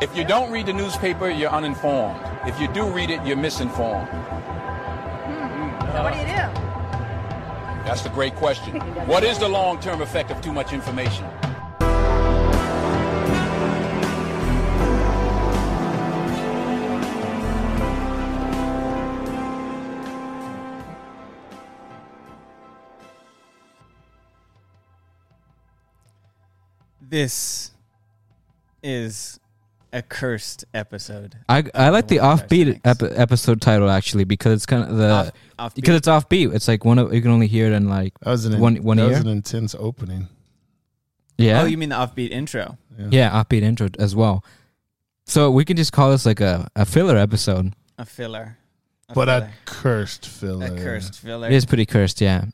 If you don't read the newspaper, you're uninformed. If you do read it, you're misinformed. So what do you do? That's the great question. What is the long term effect of too much information? This is a cursed episode. I, I like the What was offbeat next? ep- episode title actually because it's kind of the Off- offbeat. because it's offbeat. It's like one of you can only hear it in like That was an One- one that was ear? an intense opening. yeah Oh, you mean the offbeat intro? yeah offbeat intro as well. So we can just call this like a, a filler episode. A filler. A But filler. a cursed filler. a cursed filler. It is pretty cursed, yeah.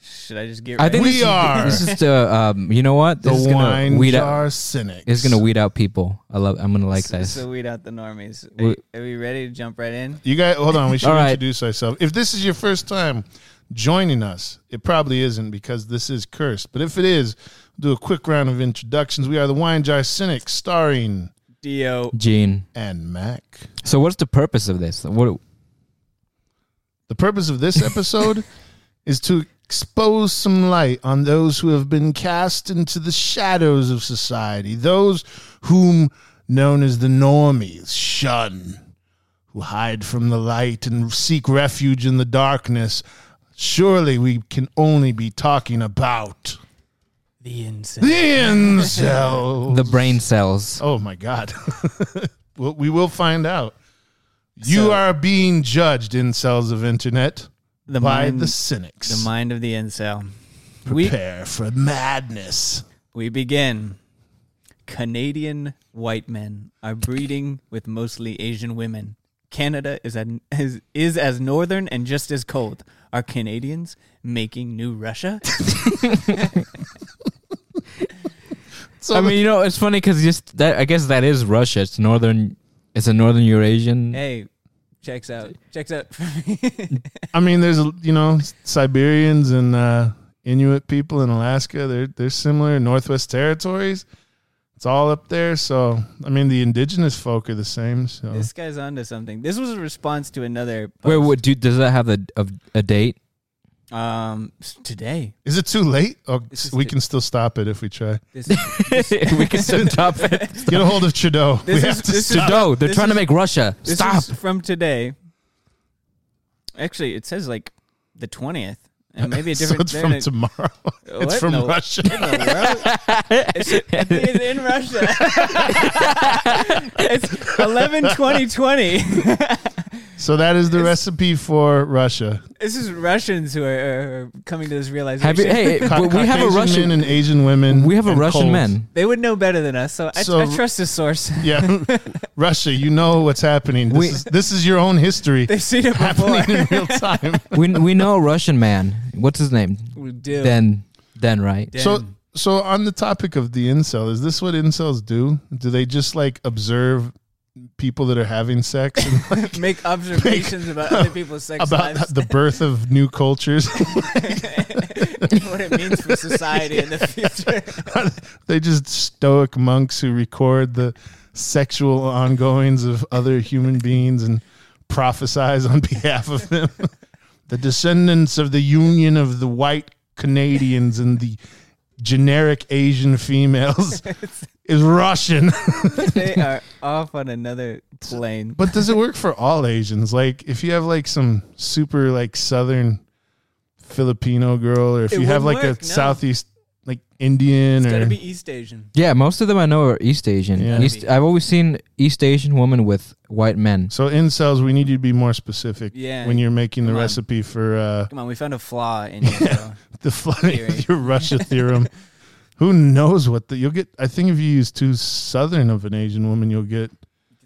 Should I just get? I think We this is- are this is the um you know what The this is wine gonna weed out jar cynics. it's gonna weed out people. I love I'm gonna like so, this. So weed out the normies. Are, We- are we ready to jump right in? You guys, hold on. We should All right. introduce ourselves. If this is your first time joining us, it probably isn't because this is cursed. But if it is, do a quick round of introductions. We are the Wine Jar Cynics, starring Do Gene. and Mac. So what's the purpose of this? What The purpose of this episode is to expose some light on those who have been cast into the shadows of society, those whom known as the normies shun, who hide from the light and seek refuge in the darkness. Surely we can only be talking about the insane. the incels. the brain cells. oh my God. well, we will find out. You So- are being judged, incels of internet The by mind, the cynics. the mind of the incel. We Prepare for madness. We begin. Canadian white men are breeding with mostly Asian women. Canada is an, is, is as northern and just as cold. Are Canadians making new Russia? So I mean, you know, it's funny because just that I guess that is Russia. It's northern. It's a northern Eurasian. hey, checks out. Checks out. I mean, there's you know Siberians and uh, Inuit people in Alaska. They're they're similar. Northwest Territories. It's all up there. So I mean, the indigenous folk are the same. So this guy's onto something. This was a response to another. Wait, post. what, do, does that have a, of a date? Um, s- today. is it too late? Oh, This is we the- can still stop it if we try. This, we can still top it. Get a hold of Trudeau. This we is- have to this is- stop. Trudeau, they're This trying to is- make Russia this stop. is from today. Actually, it says like the twentieth, and maybe a so different. it's from they're in a- tomorrow. What it's from in the- Russia. in the world? It's, it's in Russia. it's 11 2020. So that is the recipe for Russia. This is Russians who are, are coming to this realization. Have you, hey, Ca- we have a Caucasian men Russian. and Asian women. We have a and Russian Poles. man. they would know better than us, so, So- I, I trust this source. Yeah, Russia, you know what's happening. This, We- is, this is your own history They've seen it before. happening in real time. We we know a Russian man. What's his name? We do. Then then right. Then- So, so on the topic of the incel, is this what incels do? Do they just like observe people that are having sex and like, make observations about other people's sex about lives, the birth of new cultures? what it means for society in the future. they just stoic monks who record the sexual ongoings of other human beings and prophesize on behalf of them. the descendants of the union of the white Canadians and the generic Asian females is Russian. they are off on another plane. But does it work for all Asians? Like if you have like some super like southern Filipino girl or if It you have like wouldn't a work, no. southeast like Indian it's got or to be East Asian. Yeah, most of them I know are East Asian. Yeah. East, I've always seen East Asian women with white men. So incels, we need you to be more specific Yeah. when you're making the Come on. recipe for uh, Come on, we found a flaw in your show. the flooding Theory. of your Russia theorem. Who knows what the you'll get? I think if you use too southern of an Asian woman, you'll get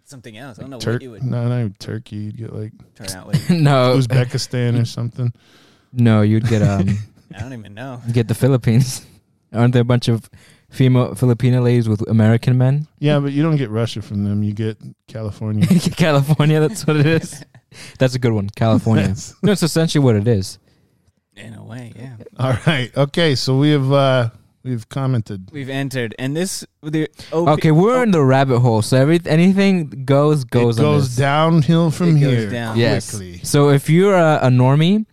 something else. I don't know what Turkey. you would No, not even Turkey. You'd get like turn out with. no, Uzbekistan or something. no, you'd get um I don't even know. get the Philippines. Aren't there a bunch of female Filipino ladies with American men? Yeah, but you don't get Russia from them. You get California. California, that's what it is. That's a good one, California. Yes. no, it's essentially what it is. In a way, yeah. All right. Okay. So we have uh, We've commented. We've entered, and this the Okay, we're in the rabbit hole. So every anything goes goes it on goes this. downhill from It goes here down. Yes. quickly. So if you're a, a normie,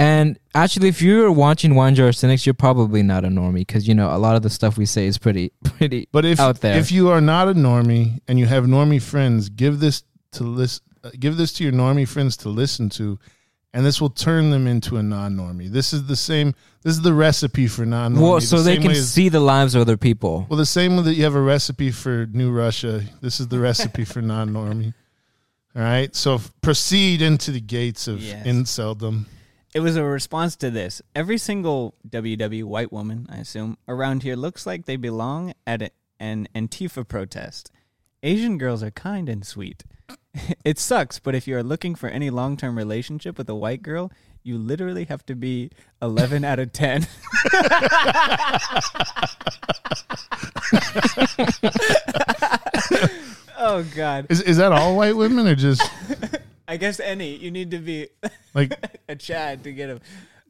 and actually if you're watching Wine Jar Cynics, you're probably not a normie because you know a lot of the stuff we say is pretty pretty But if out there. if you are not a normie and you have normie friends, give this to list, uh, give this to your normie friends to listen to, and this will turn them into a non-normie. This is the same. This is the recipe for non-normie. well, the so they same can way as- see the lives of other people. Well, the same way that you have a recipe for New Russia, this is the recipe for non-normie. All right, so f- proceed into the gates of Yes. inceldom. It was a response to this. Every single WW white woman, I assume, around here looks like they belong at a, an Antifa protest. Asian girls are kind and sweet. it sucks, but if you are looking for any long term relationship with a white girl, you literally have to be 11 out of 10. oh, God. Is is that all white women or just I guess any. You need to be like a Chad to get him.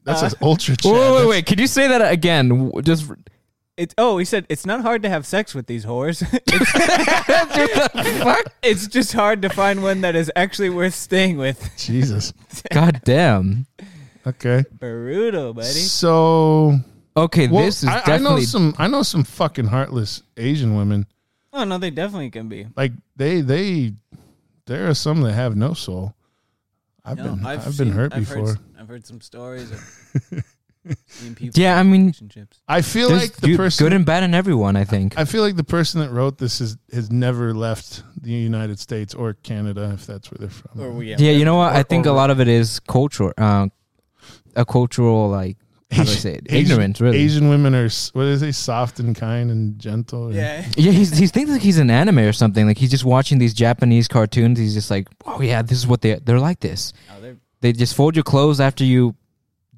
that's an ultra? Wait, Chad. wait, wait, wait! Can you say that again? W- Just It's oh, he said it's not hard to have sex with these whores. it's, it's just hard to find one that is actually worth staying with. Jesus. God damn. Okay. Brutal, buddy. So Okay, Well, this is I, I know definitely some. I know some fucking heartless Asian women. Oh no, they definitely can be. Like they, they, there are some that have no soul. I've No, been, I've, been seen- hurt I've before. Heard, I've heard some stories. Of seeing people Yeah, I in mean- relationships. I feel there's like the good- person. good and bad in everyone. I think. I feel like the person that wrote this is has never left the United States or Canada, if that's where they're from. Or we, yeah, you know what? I think a or- lot of it is cultural, uh, a cultural like how do I say it? ignorance, really. Asian women are s- what is they soft and kind and gentle. or- yeah. Yeah, he's, he thinks like he's an anime or something. Like he's just watching these Japanese cartoons. He's just like, oh yeah, this is what they they're like. This Oh, they're- they just fold your clothes after you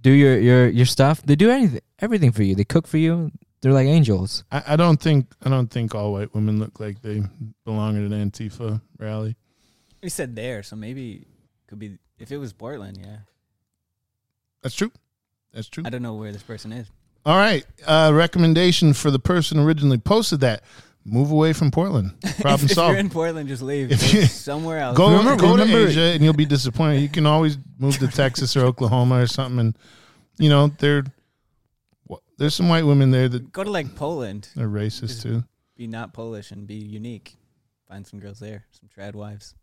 do your your your stuff. They do anything, everything for you. They cook for you. They're like angels. I, I don't think I don't think all white women look like they belong at an Antifa rally. we said there, so maybe could be if it was Portland. Yeah, That's true. That's true. I don't know where this person is. All right. Uh, recommendation for the person originally posted that: move away from Portland. Problem if you're solved. in Portland, just leave. If Go you- somewhere else. go Remember- go remember- to Asia, and you'll be disappointed. You can always move to Texas or Oklahoma or something, and you know there. wha- There's some white women there that go to like Poland. are racist too. Be not Polish and be unique. Find some girls there, some trad wives.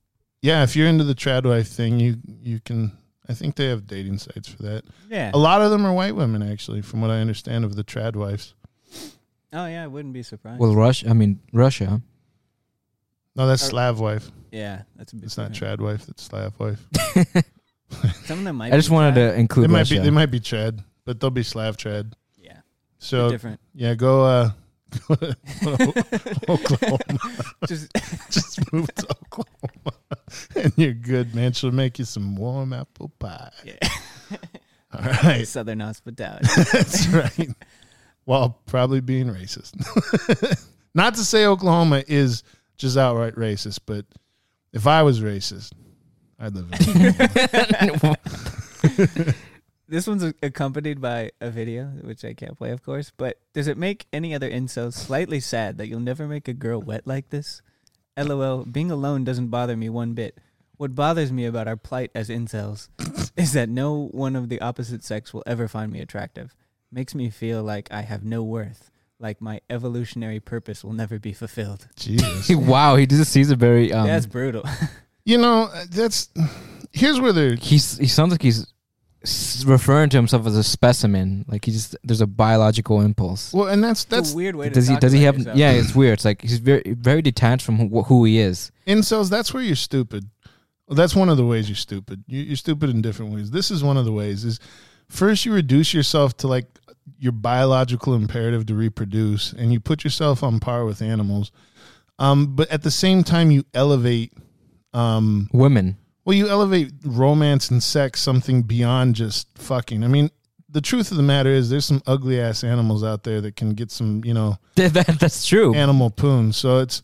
Yeah, if you're into the trad wife thing, you you can. I think they have dating sites for that. Yeah. A lot of them are white women, actually, from what I understand of the trad wives. Oh yeah, I wouldn't be surprised. Well, Russia. I mean, Russia. No, that's Are- Slav wife. yeah, that's a bit. It's not different. trad wife. That's Slav wife. Some of them might. I just be wanted trad. to include They might Russia. be. They might be trad, but they'll be Slav trad. Yeah, So different. Yeah, go. Uh, go to, go to O- Oklahoma. Just Just move to Oklahoma, and you're good, man. She'll make you some warm apple pie. Yeah. All right, southern hospitality. that's right. While probably being racist. Not to say Oklahoma is just outright racist, but if I was racist, I'd live. In Oklahoma. this one's accompanied by a video, which I can't play, of course. But does it make any other incels slightly sad that you'll never make a girl wet like this? LOL. Being alone doesn't bother me one bit. What bothers me about our plight as incels is that no one of the opposite sex will ever find me attractive. Makes me feel like I have no worth, like my evolutionary purpose will never be fulfilled. Jesus. wow, he just sees a very. Um, That's brutal. You know, that's here's where they're he's he sounds like he's s- referring to himself as a specimen. Like he just there's a biological impulse. well, and that's That's that's a weird way to does he talk does he have about yourself. yeah it's weird it's like he's very very detached from who, who he is incels that's where you're stupid Well, that's one of the ways you're stupid you, you're stupid in different ways this is one of the ways is first you reduce yourself to like your biological imperative to reproduce and you put yourself on par with animals um, but at the same time you elevate um, women well you elevate romance and sex something beyond just fucking i mean the truth of the matter is there's some ugly ass animals out there that can get some you know that, that- that's true animal poon. So it's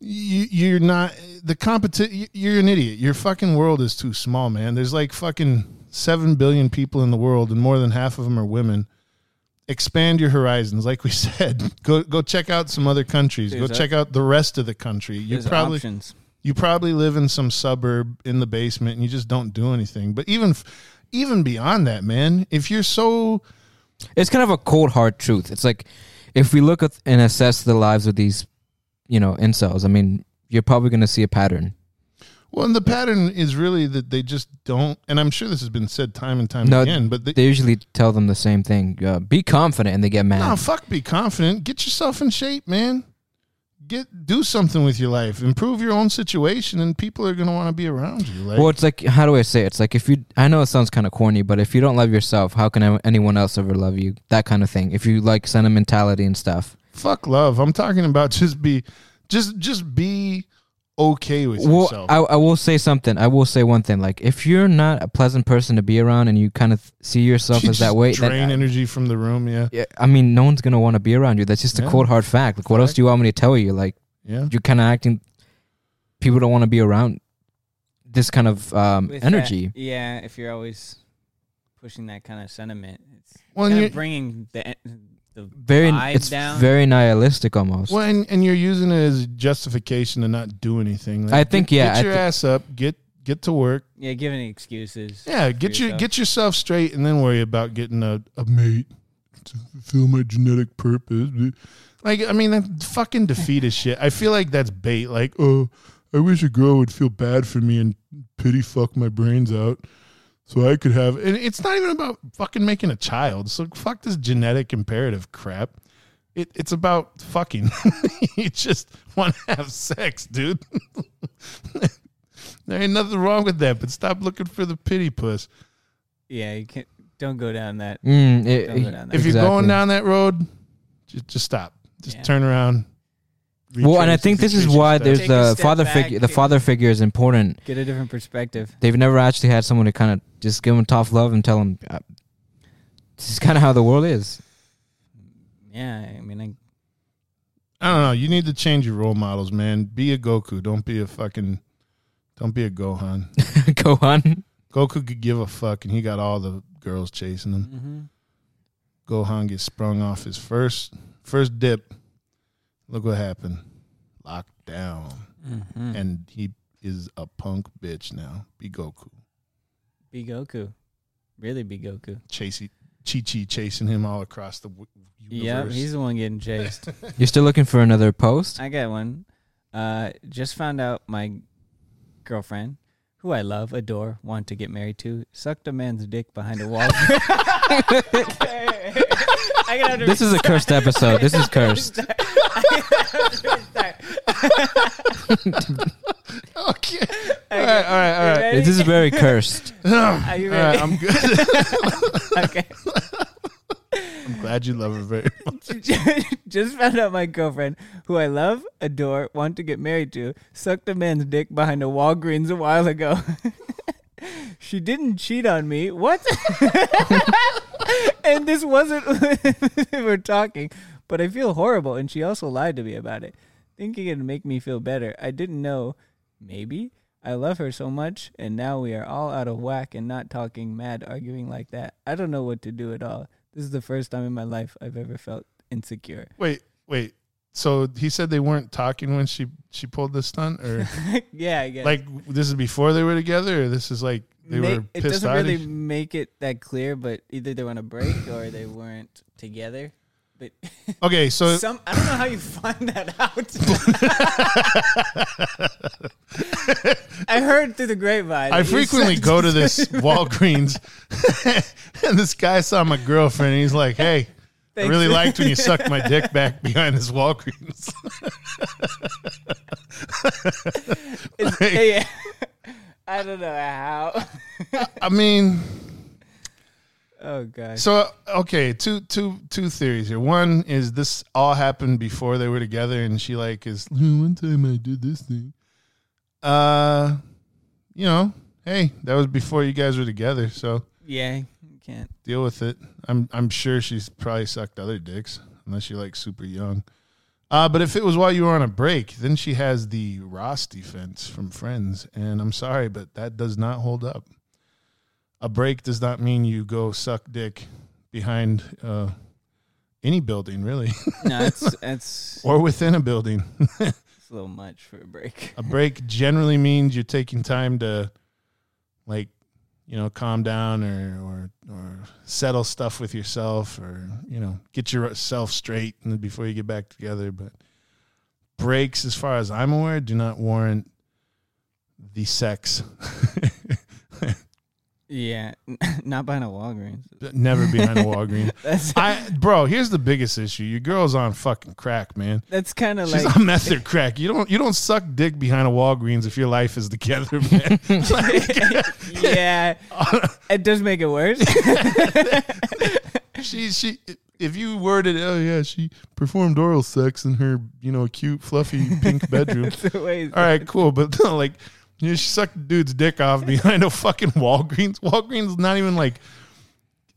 you, you're not the competition. You're an idiot. Your fucking world is too small, man. There's like fucking seven billion people in the world, and more than half of them are women. expand your horizons. Like we said, go go check out some other countries. Dude, go that- check out the rest of the country. You There's probably options. you probably live in some suburb in the basement and you just don't do anything. But even f- even beyond that, man, if you're so It's kind of a cold hard truth. It's like if we look at and assess the lives of these, you know, incels. I mean, you're probably going to see a pattern. well, and the pattern is really that they just don't. And I'm sure this has been said time and time No, again, but They usually tell them the same thing: uh, be confident, and they get mad. No, fuck be confident. Get yourself in shape, man. Get do something with your life. Improve your own situation and people are gonna want to be around you. Like Well, it's like how do I say it? It's like if you I know it sounds kind of corny, but if you don't love yourself, how can I- anyone else ever love you? That kind of thing. If you like sentimentality and stuff. fuck love. I'm talking about just be just just be okay with Well, yourself. I, I will say something. I will say one thing. Like if you're not a pleasant person to be around and you kind of see yourself You as that just way, then Drain energy from the room, yeah. yeah, I mean, no one's gonna want to be around you. That's just Yeah. a cold hard fact. Like, what else Fact. do you want me to tell you? Like, Yeah. you're kind of acting. People don't want to be around this kind of um, With that- energy. yeah, if you're always pushing that kind of sentiment, it's Well, and kind you're, of bringing the en- the Very, vibe it's down. very nihilistic almost. well and, and you're using it as justification to not do anything. Like, I think, get- yeah, Get I your thi- ass up, get get to work. yeah, giving excuses. Yeah, for get your yourself. get yourself straight and then worry about getting a, a mate to fulfill my genetic purpose. Like I mean that fucking defeatist shit. I feel like that's bait. Like, oh, I wish a girl would feel bad for me and pity fuck my brains out. So I could have and it's not even about fucking making a child. So fuck this genetic imperative crap. It, it's about fucking. you just want to have sex, dude. there ain't nothing wrong with that, but stop looking for the pity puss. yeah. You can't don't go down that. Mm, it- Don't go down that. Eh, If you're Exactly. going down that road, just, just stop. Just Yeah. turn around. well, and I retrace think the this is situation why step. there's Take a the step father back, figure. The take- father figure is important. Get a different perspective. They've never actually had someone to kind of just give them tough love and tell them, uh, "This is kind of how the world is." Yeah, I mean, I, I don't know. You need to change your role models, man. Be a Goku. Don't be a fucking. Don't be a Gohan. Go on. Goku could give a fuck, and he got all the girls chasing him. Gohan gets sprung off his first first dip. Look what happened. Locked down. Hmm. And he is a punk bitch now. Be Goku. be Goku, really be Goku. Chasing Chi Chi chasing him all across the w- Yeah, universe. he's the one getting chased. You're still looking for another post. I got one. Uh, just found out my girlfriend, who I love, adore, want to get married to, sucked a man's dick behind a wall. I got This is a cursed episode. This is cursed. okay. All right, all right, all right. This is very cursed. Are you All right, ready? I'm good. okay. I'm glad you love her very much. just found out my girlfriend, who I love, adore, want to get married to, sucked a man's dick behind a Walgreens a while ago. she didn't cheat on me. What? and this wasn't we were talking, but I feel horrible, and she also lied to me about it, thinking it'd make me feel better. I didn't know. Maybe. I love her so much, and now we are all out of whack and not talking, mad, arguing like that. I don't know what to do at all. This is the first time in my life I've ever felt insecure. Wait, wait. So he said they weren't talking when she she pulled this stunt, or yeah, I guess. like this is before they were together, or this is like they Ma- were it pissed doesn't out. at really each- make it that clear, but either they were on a break or they weren't together. But Okay, so some I don't know how you find that out. I heard through the grapevine. I that you frequently said- go to this Walgreens, and this guy saw my girlfriend. And he's like, "Hey, I Thanks. really liked when you sucked my dick back behind this Walgreens." It's- like- yeah, yeah. I don't know how. I mean, Oh gosh. so uh, okay, two two two theories here. One is this all happened before they were together, and she like is "Hmm, one time I did this thing. Uh, you know, hey, that was before you guys were together, so yeah, you can't. deal with it. I'm I'm sure she's probably sucked other dicks unless you're like super young. Uh, but if it was while you were on a break, then she has the Ross defense from Friends, and I'm sorry, but that does not hold up. A break does not mean you go suck dick behind uh, any building really, No, it's it's, or within a building. it's a little much for a break. a break generally means you're taking time to like you know calm down or or or settle stuff with yourself or you know get yourself straight and before you get back together but breaks as far as i'm aware do not warrant the sex Yeah, not buying a Walgreens. never behind a walgreens That's i bro here's the biggest issue your girl's on fucking crack man that's kind of She's like on meth or crack. You don't you don't suck dick behind a Walgreens if your life is together, man. yeah. it does make it worse. she she if you worded it, oh yeah, she performed oral sex in her, you know, cute, fluffy pink bedroom. The way- All right, cool. But like you know, she sucked the dude's dick off behind a fucking Walgreens. Walgreens is not even like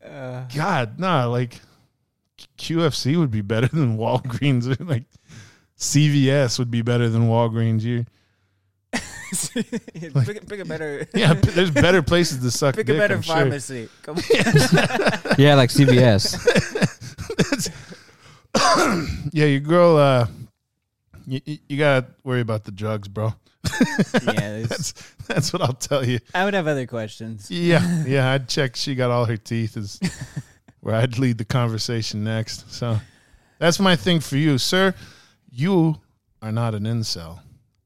uh, God, nah, like QFC would be better than Walgreens or like CVS would be better than Walgreens. You pick, a- pick a better, yeah, but there's better places to suck pick dick. a better I'm sure. pharmacy. Come on. yeah, like CVS. Yeah, your girl. Uh, you, you gotta worry about the drugs, bro. yeah, it's- That's that's what I'll tell you. I would have other questions. Yeah, yeah. I'd check. She got all her teeth. Is where I'd lead the conversation next. So that's my thing for you, sir. You are not an incel,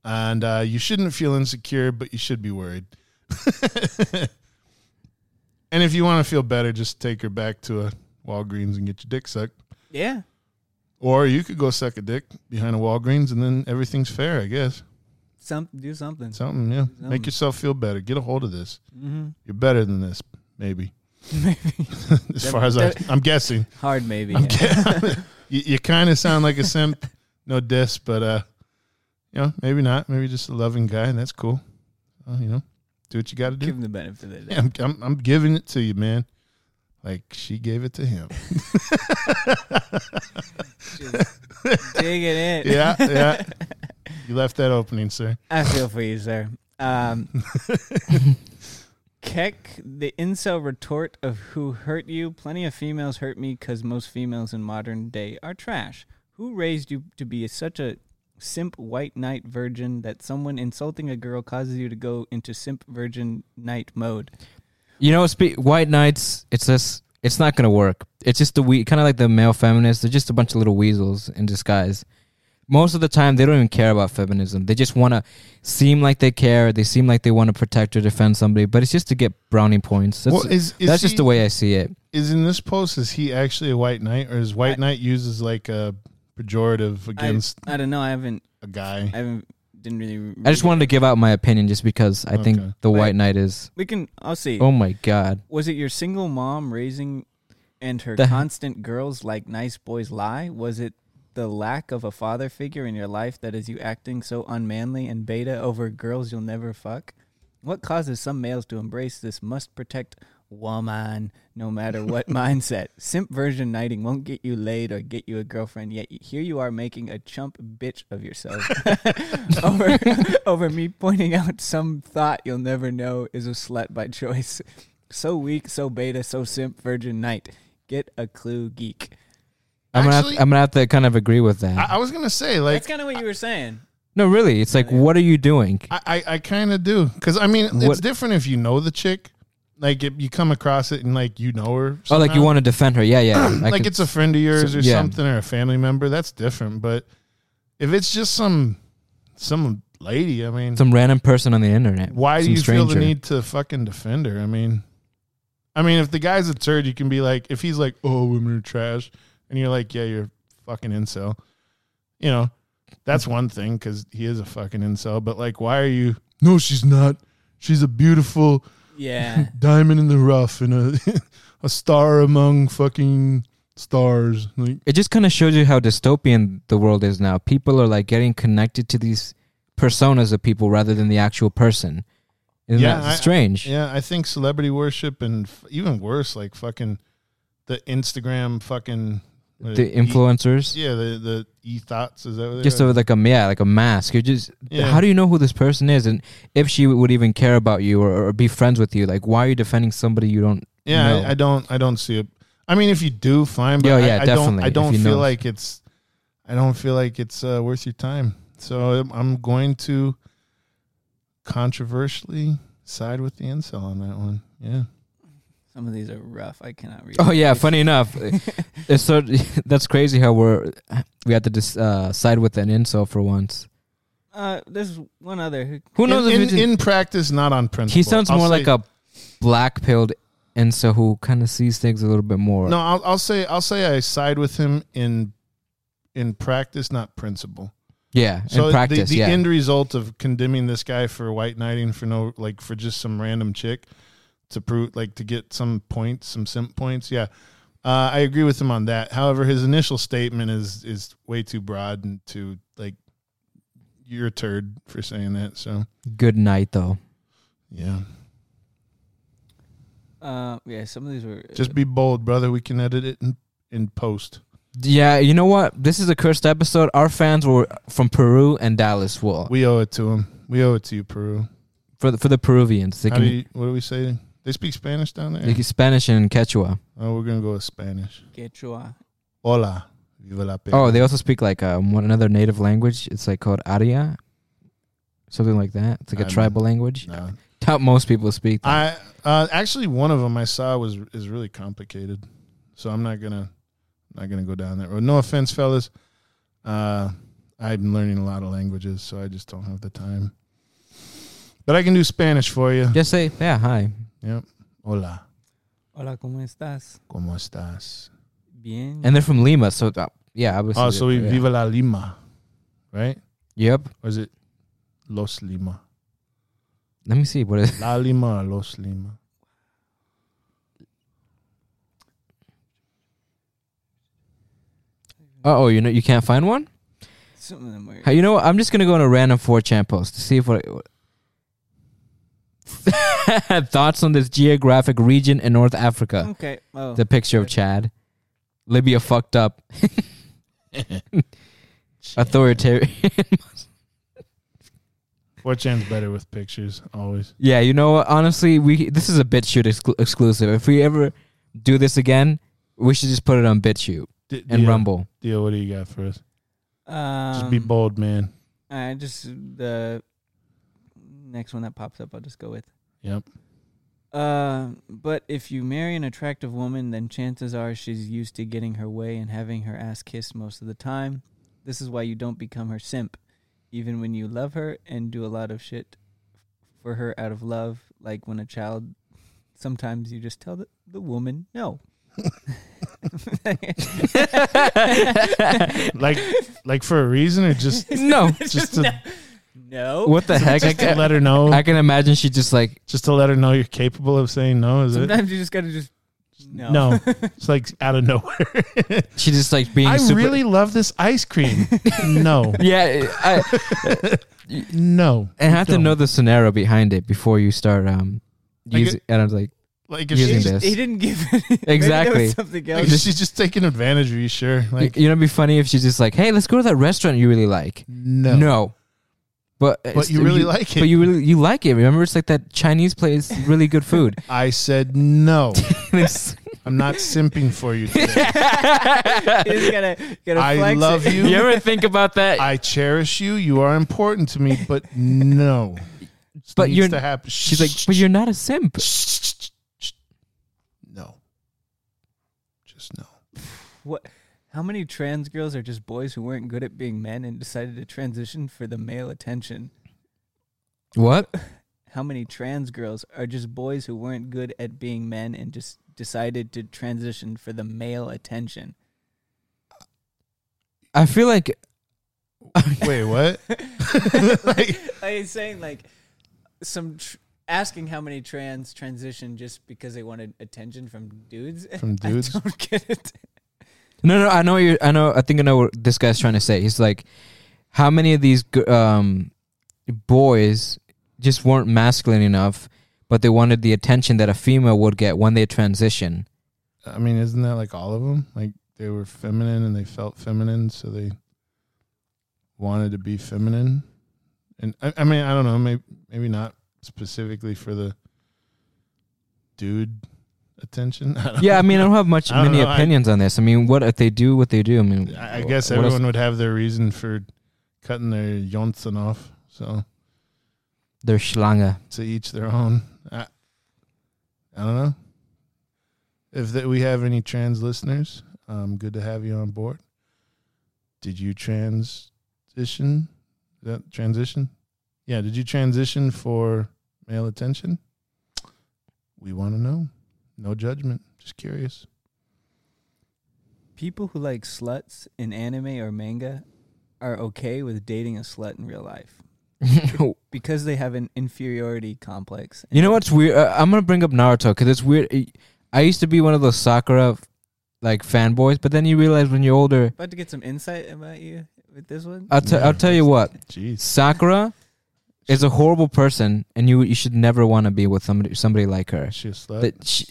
and uh, you shouldn't feel insecure, but you should be worried. and if you want to feel better, just take her back to a Walgreens and get your dick sucked. Yeah, Or you could go suck a dick behind a Walgreens and then everything's fair, I guess. some do something. Mm-hmm. Something, yeah. Make yourself feel better. Get a hold of this. You're better than this, maybe. as far as I, I'm guessing. Hard maybe. yeah. You, you kind of sound like a simp. No diss, but, uh, you know, maybe not. Maybe just a loving guy, and that's cool. Uh, you know, do what you got to Give do. him the benefit of the doubt. Yeah, I'm, I'm, I'm giving it to you, man. Like she gave it to him. Just dig it in. Yeah, yeah. you left that opening, sir. I feel for you, sir. Um, Keck, the incel retort of who hurt you. Plenty of females hurt me because most females in modern day are trash. Who raised you to be such a simp white knight virgin that someone insulting a girl causes you to go into simp virgin knight mode? You know, spe- white knights. It's just it's not gonna work. It's just the we kind of like the male feminists. They're just a bunch of little weasels in disguise. Most of the time, they don't even care about feminism. They just want to seem like they care. They seem like they want to protect or defend somebody, but it's just to get brownie points. That's, Well, is- is that's just the he- way I see it. is in this post is he actually a white knight or is white knight used as like a pejorative I, against I don't know. I haven't. a I guy haven't. Didn't really. I just wanted to give out my opinion, just because I think Okay. the Wait. white knight is. We can. I'll see. Oh my god! Was it your single mom raising and her The- constant girls like nice boys lie? Was it the lack of a father figure in your life that is you acting so unmanly and beta over girls you'll never fuck? What causes some males to embrace this must protect woman no matter what mindset? Simp version knighting won't get you laid or get you a girlfriend, yet here you are making a chump bitch of yourself over, over me pointing out some thought you'll never know is a slut by choice. So weak, so beta, so simp, virgin knight. Get a clue, geek. I'm gonna have Actually- to, I'm gonna have to kind of agree with that. I, I was gonna say like That's kind of what you were saying. no, really, it's like, what are you doing? i i, I kind of do because i mean it's What- different if you know the chick like if you come across it and like you know her oh, like you somehow. want to defend her? Yeah, yeah. I like could- it's a friend of yours so- or yeah. something or a family member that's different but if it's just some some lady i mean some random person on the internet. why do some you feel stranger. the need to fucking defend her? I mean, I mean, if the guy's a turd, you can be like, if he's like, oh, women are trash, and you're like, yeah, you're fucking incel. You know, that's one thing because he is a fucking incel. But like, why are you? No, she's not. She's a beautiful Yeah. diamond in the rough and a a star among fucking stars. Like, It just kind of shows you how dystopian the world is now. People are like getting connected to these personas of people rather than the actual person. Isn't Yeah, that I- strange? Yeah, I think celebrity worship and f- even worse, like fucking the Instagram fucking what the is it? influencers, Yeah, the the e thoughts is that what just they a, like a yeah, like a mask. You just Yeah. how do you know who this person is and if she would even care about you or, or be friends with you? Like, why are you defending somebody you don't? yeah. know? I, I don't I don't see it. I mean, if you do, fine. But Yeah, oh, I, yeah, I don't. definitely, I if don't you feel know. like it's. I don't feel like it's uh, worth your time. So I'm- I'm going to controversially side with the incel on that one. Yeah. Some of these are rough. I cannot read. Oh yeah, funny enough, it's so that's crazy how we're we had to dis, uh, side with an insult for once. Uh, there's one other. Who, Who knows? in, if in, it's- in practice, not on principle. he sounds I'll more say- like a black pilled insult who kind of sees things a little bit more. No, I'll, I'll say I'll say I side with him in in practice, not principle. yeah, So in practice, the, the yeah, end result of condemning this guy for white knighting for no like for just some random chick to prove like to get some points, some simp points. Yeah, uh, I agree with him on that. However, his initial statement is is way too broad and too like you're a turd for saying that. So good night though. yeah, Uh, yeah, some of these were just be bold, brother. We can edit it in in post. Yeah, you know what? This is a cursed episode. Our fans were from Peru and Dallas. Well, We owe it to him. We owe it to you, Peru. for the, for the Peruvians, they How can, do you, what do we say? They speak Spanish down there. they can Spanish and Quechua. oh, we're gonna go with Spanish. Quechua. Hola, viva la pena. Oh, they also speak like um, one another native language. It's like called Aria, something like that. It's like a I'm- tribal language. No. Doubt most people speak. That. I uh, actually one of them I saw was is really complicated, so I'm not gonna not gonna go down that road. No offense, fellas. Uh, I'm learning a lot of languages, so I just don't have the time. But I can do Spanish for you. Just say yeah, hi. Hola, Hola, cómo estás? cómo estás? Bien. And they're from Lima, so uh, yeah, I was. Oh, so we yeah. viva la Lima, right? Yep. Or is it Los Lima? Let me see what is. La Lima or Los Lima? Oh, you know you can't find one. some of them were. Hey, You know what? I'm just gonna go on a random 4chan post to see if what. Thoughts on this geographic region in North Africa? Okay. Oh, The picture of Chad, Libya fucked up, authoritarian. Four chan's better with pictures always. Yeah, you know what? Honestly, we this is a BitChute exclu- exclusive. If we ever do this again, we should just put it on BitChute D- and Dio, Rumble. Dio, what do you got for us? um, Just be bold, man. I just the next one that pops up. I'll just go with. Yep. Uh, but if you marry an attractive woman, then chances are she's used to getting her way and having her ass kissed most of the time. This is why you don't become her simp, even when you love her and do a lot of shit for her out of love. Like when a child, sometimes you just tell the, the woman no. Like, like for a reason, or just no, just to, no. what the heck? I just to can, let her know, I can imagine she just like just to let her know you're capable of saying no. Is it? Sometimes you just gotta just no. No, it's like out of nowhere. she just like being. I super, really love this ice cream. no, Yeah, I, no. I have to Don't. know the scenario behind it before you start um. Like Using, it- and I was like, Like if Using she's, this. He didn't give it. Maybe there Exactly. was something like else. if she's just taking advantage of you. Sure. Like you know, it'd be funny if she's just like, "Hey, let's go to that restaurant you really like." no, But But it's- you really like it. But you really you like it. Remember, it's like that Chinese place, really good food. I said no. And it's- I'm not simping for you. Today. You just gotta, gotta I flex love it. you. you ever think about that? I cherish you. You are important to me, but no. This But needs you're- to happen. She's like, but you're not a simp. no, just no. What? How many trans girls are just boys who weren't good at being men and decided to transition for the male attention? What? How many trans girls are just boys who weren't good at being men and just decided to transition for the male attention? I feel like Wait, what? Like- I was saying like some tr- asking how many trans transitioned just because they wanted attention from dudes. From dudes? I don't get it. no, no. I know you. I know. I think I know what this guy's trying to say. He's like, how many of these g- um boys just weren't masculine enough, but they wanted the attention that a female would get when they transition. I mean, isn't that like all of them? Like they were feminine and they felt feminine, so they wanted to be feminine. And I, I mean, I don't know, maybe maybe not specifically for the dude attention. I don't- Yeah, I mean, I don't have much I don't many know, I- opinions on this. I mean, what if they do what they do? I mean, I I guess what else- everyone would have their reason for cutting their Johnson off. So they're schlanger. to each their own. I, I don't know. If that we have any trans listeners, um, good to have you on board. Did you transition? Is that transition? Yeah. Did you transition for male attention? We want to know. No judgment. Just curious. People who like sluts in anime or manga are okay with dating a slut in real life you because they have an inferiority complex. know what's weird? Uh, I'm gonna bring up Naruto because it's weird. I- I used to be one of those Sakura like fanboys, but then you realize when you're older. About to get some insight about you with this one. Uh, I'll, t- I'll tell you what, Jeez. Sakura is a horrible person, and you you should never want to be with somebody somebody like her. Is she a slut? That she,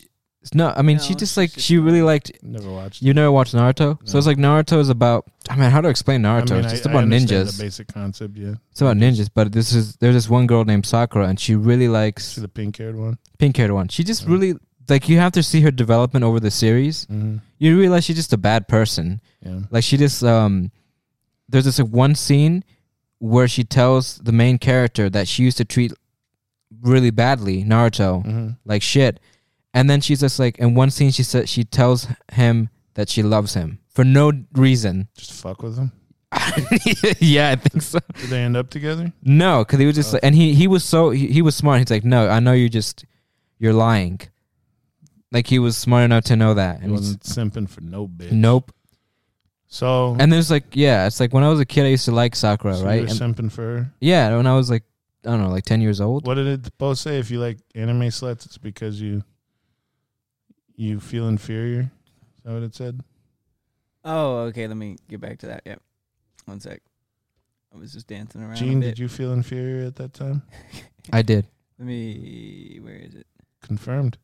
no, I mean, she No, just she's like just she really fine. liked Never watched. You never watched Naruto, so No. it's like Naruto is about. I mean, how to explain I Naruto? mean, it's just I- I about understand ninjas. The basic concept. Yeah. It's about ninjas, but this is there's this one girl named Sakura, and she really likes She's the pink haired one. pink haired one. She just Mm. really like you have to see her development over the series. Mm-hmm. You realize she's just a bad person. Yeah. Like she just um, there's this like, one scene where she tells the main character that she used to treat really badly Naruto, Mm-hmm. like shit, and then she's just like in one scene she said she tells him that she loves him for no reason. Just fuck with them. yeah, I think so. Did they end up together? No, because he was Oh. just, like, and he he was so he, he was smart. He's like, no, I know you just you're lying. Like he was smart enough to know that, He and he's, wasn't simping for no bitch. nope. So, And there's like, yeah, it's like when I was a kid, I used to like Sakura, so right? you were And- simping for her. yeah, when I was like, I don't know, like ten years old. What did it both say? If you like anime sluts, it's because you you feel inferior. Is that what it said? Oh, okay. Let me get back to that. Yep. One sec. I was just dancing around. Gene, a bit. did you feel inferior at that time? I did. Let me. Where is Confirmed.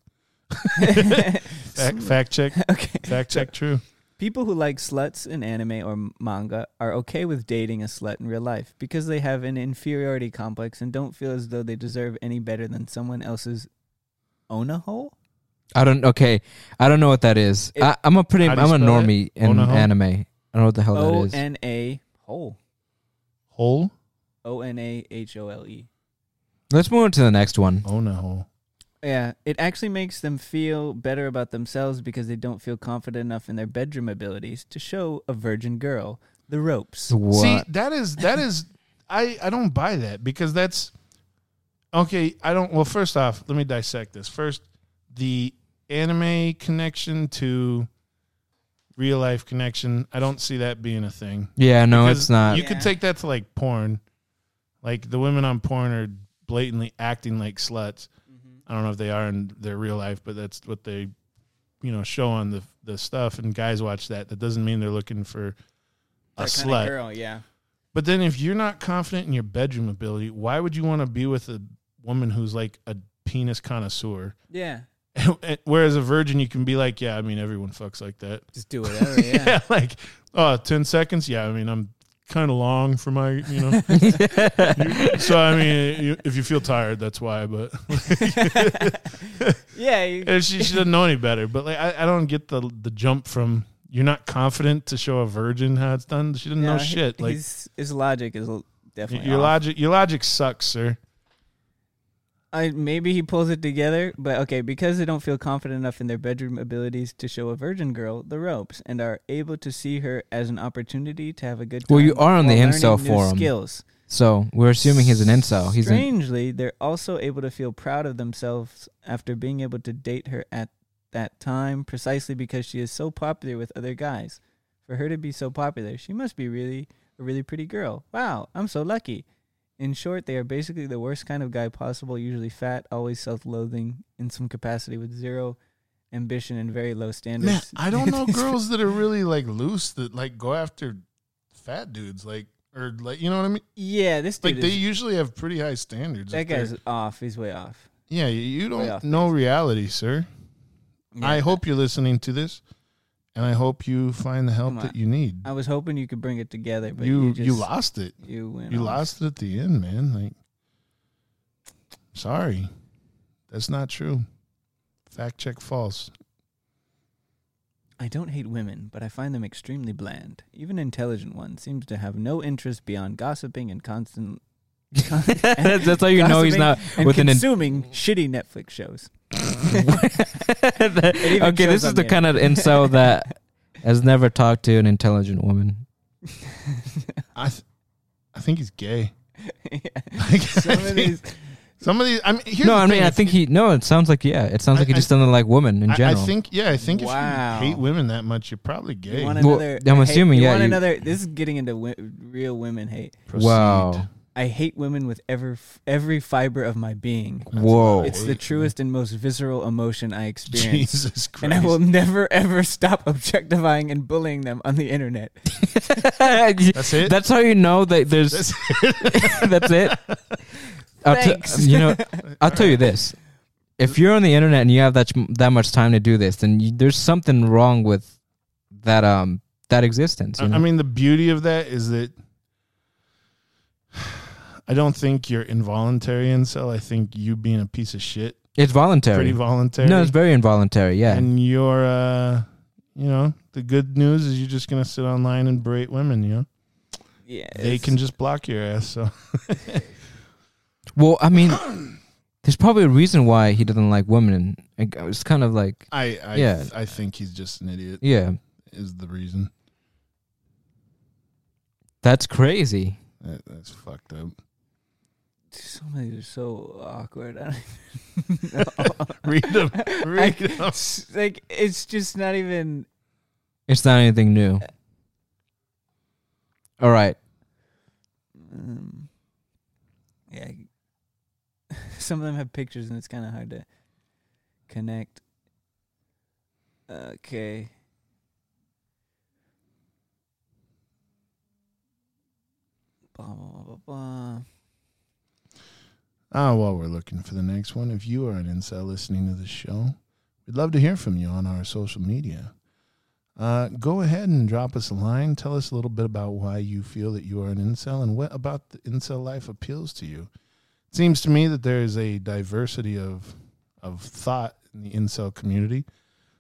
it? Fact, fact check. okay. Fact check. True. People who like sluts in anime or m- manga are okay with dating a slut in real life because they have an inferiority complex and don't feel as though they deserve any better than someone else's onaho. I don't. Okay, I don't know what that is. It- I, I'm a pretty. How do you I'm a spell it? normie in Onaho? anime. I don't know what the hell Oh, that O is. N A hole. Hole. O N A H O L E. Let's move on to the next one. Oh no. Hole. Yeah, it actually makes them feel better about themselves because they don't feel confident enough in their bedroom abilities to show a virgin girl the ropes. What? See, that is that is I I don't buy that because that's okay. I don't. Well, first off, let me dissect this. First, the anime connection to real life connection. I don't see that being a thing. yeah, no, Because it's not. You could Yeah. take that to like porn. Like the women on porn are blatantly acting like sluts. Mm-hmm. I don't know if they are in their real life, but that's what they, you know, show on the the stuff. And guys watch that. That doesn't mean they're looking for a slut. girl, yeah. But then if you're not confident in your bedroom ability, why would you want to be with a woman who's like a penis connoisseur? Yeah. Whereas a virgin, you can be like, yeah, I mean, everyone fucks like that. Just do whatever, yeah. like, oh, 10 seconds? Yeah, I mean, I'm kind of long for my, you know. You- so, I mean, you, if you feel tired, that's why. But yeah. You, and she, she doesn't know any better. But like, I, I don't get the, the jump from you're not confident to show a virgin how it's done. She doesn't know he- shit. Like, his, his logic is l- definitely your off. logic, your logic sucks, sir. I, maybe he pulls it together, but okay, because they don't feel confident enough in their bedroom abilities to show a virgin girl the ropes and are able to see her as an opportunity to have a good. Well, you time are on the while incel learning new forum. Skills. so we're assuming he's an incel. He's an, Strangely, they're also able to feel proud of themselves after being able to date her at that time, precisely because she is so popular with other guys. For her to be so popular, she must be really a really pretty girl. Wow, I'm so lucky. In short, they are basically the worst kind of guy possible, usually fat, always self loathing, in some capacity with zero ambition and very low Man, standards. I don't know girls that are really like loose that like go after fat dudes, like or like you know what I mean. Yeah, this dude Like they is, usually have pretty high standards. that if they're- guy's off. He's way off. yeah. you- You way off don't know reality, sir. I Yeah. hope you're listening to this, and I hope you find the help Come that on. you need. I was hoping you could bring it together, but You you you, just, lost it. You went You off. lost it at the end, man. Like, sorry, that's not true. Fact check false. I don't hate women, but I find them extremely bland. Even intelligent ones seems to have no interest beyond gossiping and constant. that's, that's how you know gossiping he's not and with an. consuming shitty Netflix shows. even okay, shows this is on the the kind of incel that has never talked to an intelligent woman. I, th- I think he's gay. Some of these- Some of these. I mean, here's no, the I mean thing, I if think he. No, it sounds like yeah. It sounds I- like he I- just doesn't like women in I- general. I, think yeah, I think Wow. if you hate women that much, you're probably gay. You want Well, another? I'm I Hate, assuming, you yeah, Want you- another? This is getting into wi- real women hate. Proceed. Wow. I hate women with every every fiber of my being. Whoa. It's the Wait. truest and most visceral emotion I experience. Jesus Christ. And I will never ever stop objectifying and bullying them on the internet. That's it? That's how you know that there's. That's That's it. I'll t- Thanks. you know, I'll tell you this: if you're on the internet and you have that ch- that much time to do this, then you, there's something wrong with that um that existence. I, you know? I mean, the beauty of that is that I don't think you're involuntary incel. I think you being a piece of shit, it's voluntary. pretty voluntary. No, it's very involuntary. Yeah, And you're, uh, you know, the good news is you're just gonna sit online and berate women. You know, Yeah, they can just block your ass. So Well, I mean, there's probably a reason why he doesn't like women. Like, It's kind of like, I, I, Yeah. I think he's just an idiot. yeah, Is the reason that's crazy. That- that's fucked up. Some of these are so awkward. I don't Read them. Read I- them. it's like it's just not even. It's not anything new. All right. Um, yeah, some of them have pictures, and it's kind of hard to connect. Okay. Blah blah blah blah. blah. Ah, while we're looking for the next one, if you are an incel listening to this show, we'd love to hear from you on our social media. Uh, go ahead and drop us a line. Tell us a little bit about why you feel that you are an incel and what about the incel life appeals to you. It seems to me that there is a diversity of of thought in the incel community.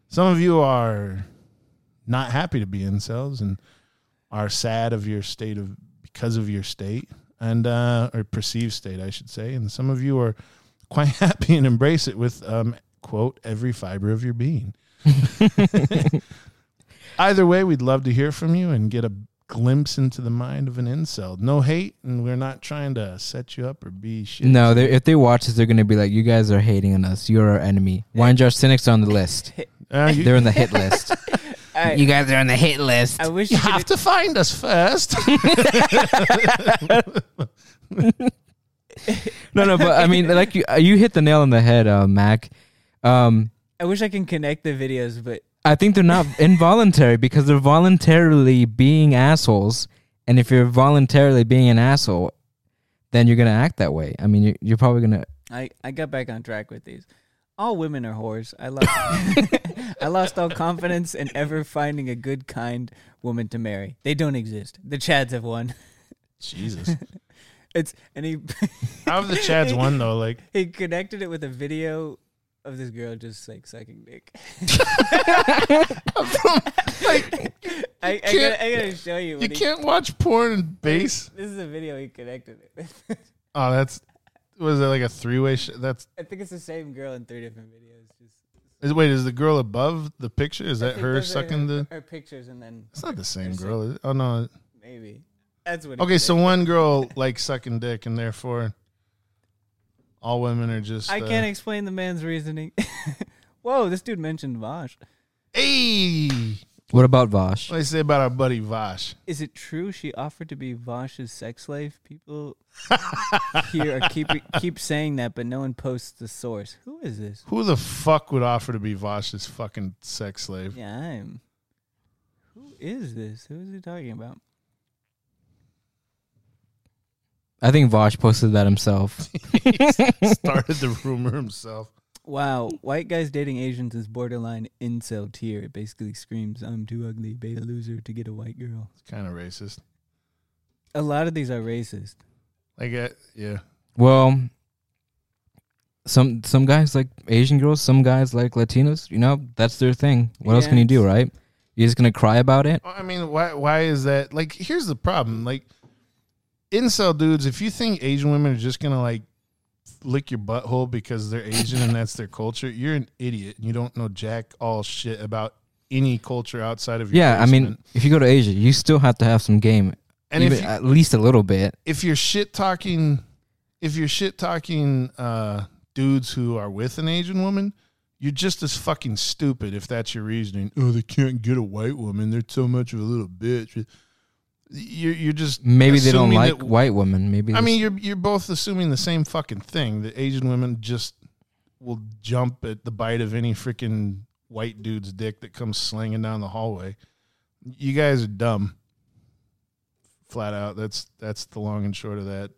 Some of you are not happy to be incels and are sad of your state of because of your state and uh, or perceived state, I should say. And some of you are quite happy and embrace it with um, quote every fiber of your being. Either way, we'd love to hear from you and get a glimpse into the mind of an incel. No hate, and we're not trying to set you up or be shit. No, they if they watch this, they're going to be like, you guys are hating on us. You're our enemy. Wine Jar Cynics are on the list. Uh, you, They're on the hit list. I, you guys are on the hit list. I wish you you could have to find us first. No, no, but I mean, like, you, you hit the nail on the head, uh, Mac. Um, I wish I can connect the videos, but I think they're not involuntary because they're voluntarily being assholes. And if you're voluntarily being an asshole, then you're gonna act that way. I mean, you're, you're probably gonna. I, I got back on track with these. All women are whores. I lost I lost all confidence in ever finding a good, kind woman to marry. They don't exist. The Chads have won. Jesus, It's and he how have the Chads won though? Like he connected it with a video of this girl just like sucking dick. I, I, gotta, I gotta show you. you When he, can't watch porn and base. this is a video he connected it with. Oh, that's was it like a three way? Sh- that's I think it's the same girl in three different videos. Just is, wait. Is the girl above the picture? Is I that think her those are sucking her, the? her pictures and then It's not the same They're girl. is it? Oh no. maybe that's what. he Okay, so connected. one girl like sucking dick, and therefore all women are just. I uh, can't explain the man's reasoning. Whoa, this dude mentioned Vosh. e-, Hey, What about Vosh? what do you say about our buddy Vosh? Is it true she offered to be Vosh's sex slave? People here are keep keep saying that, but no one posts the source. Who is this? Who the fuck would offer to be Vosh's fucking sex slave? Yeah, I'm. Who is this? Who is he talking about? I think Vosh posted that himself. Started the rumor himself. Wow, white guys dating Asians is borderline incel tier. It basically screams, "I'm too ugly, beta loser to get a white girl." It's kind of racist. A lot of these are racist. Like, uh, yeah. Well, some some guys like Asian girls, some guys like Latinos. You know, that's their thing. What else can you do, right? You're just gonna cry about it. Well, I mean, why why is that? Like, here's the problem. Like, incel dudes, if you think Asian women are just gonna like lick your butthole because they're Asian and that's their culture, you're an idiot. You don't know jack all shit about any culture outside of your Yeah, I mean, basement. if you go to Asia, you still have to have some game, And and if even, you- at least a little bit. if you're shit talking if you're shit talking uh dudes who are with an Asian woman, you're just as fucking stupid if that's your reasoning. Oh, they can't get a white woman. They're so much of a little bitch. You're you're just Maybe they don't assuming like that- white women. Maybe I they- mean, you're you're both assuming the same fucking thing. That Asian women just will jump at the bite of any freaking white dude's dick that comes slinging down the hallway. You guys are dumb. Flat out. That's that's the long and short of that.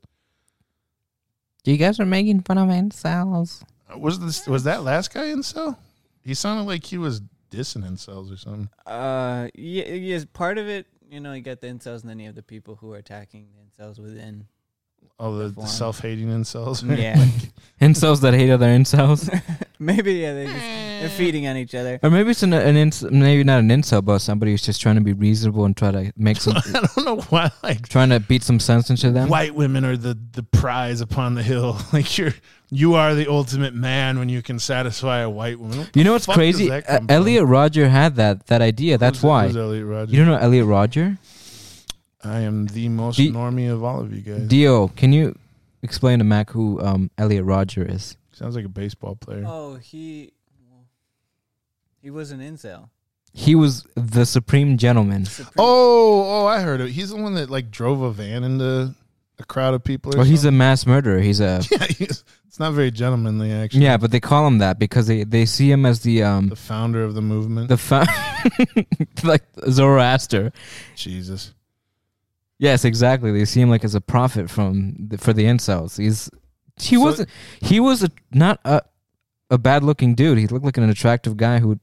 you guys are making fun of incels. Uh, Was this was that last guy incel? He sounded like he was dissing incels or something. Uh, yeah, yes. Part of it, you know, you got the incels, and then you have the people who are attacking the incels within. Oh, the, the Forum. self-hating incels. Yeah, Incels that hate other incels, maybe yeah, they just they're feeding on each other. or maybe it's an, an inc- maybe not an incel, but somebody who's just trying to be reasonable and try to make some, I don't know why. Like trying to beat some sense into them. white women are the the prize upon the hill. Like you're you are the ultimate man when you can satisfy a white woman. You know what's Fuck does crazy? that Uh, come from? Elliot Roger had that that idea. That's Who's- why. who's Elliot Rodgers? You don't know Elliot Roger? I am the most Do you- normie of all of you guys. Dio, can you explain to Mac who um, Elliot Roger is? Sounds like a baseball player. Oh, he he was an incel. He was the supreme gentleman. oh, oh, I heard it. He's the one that like drove a van into a crowd of people. Or Well, he's something. a mass murderer. He's a yeah. He's, it's not very gentlemanly, actually. yeah, but they call him that because they, they see him as the um The founder of the movement. the fa- like Zoroaster. Jesus. Yes, exactly. They see him like as a prophet from the, for the incels. He's he So- wasn't he was a, not a a bad looking dude. He looked like an attractive guy who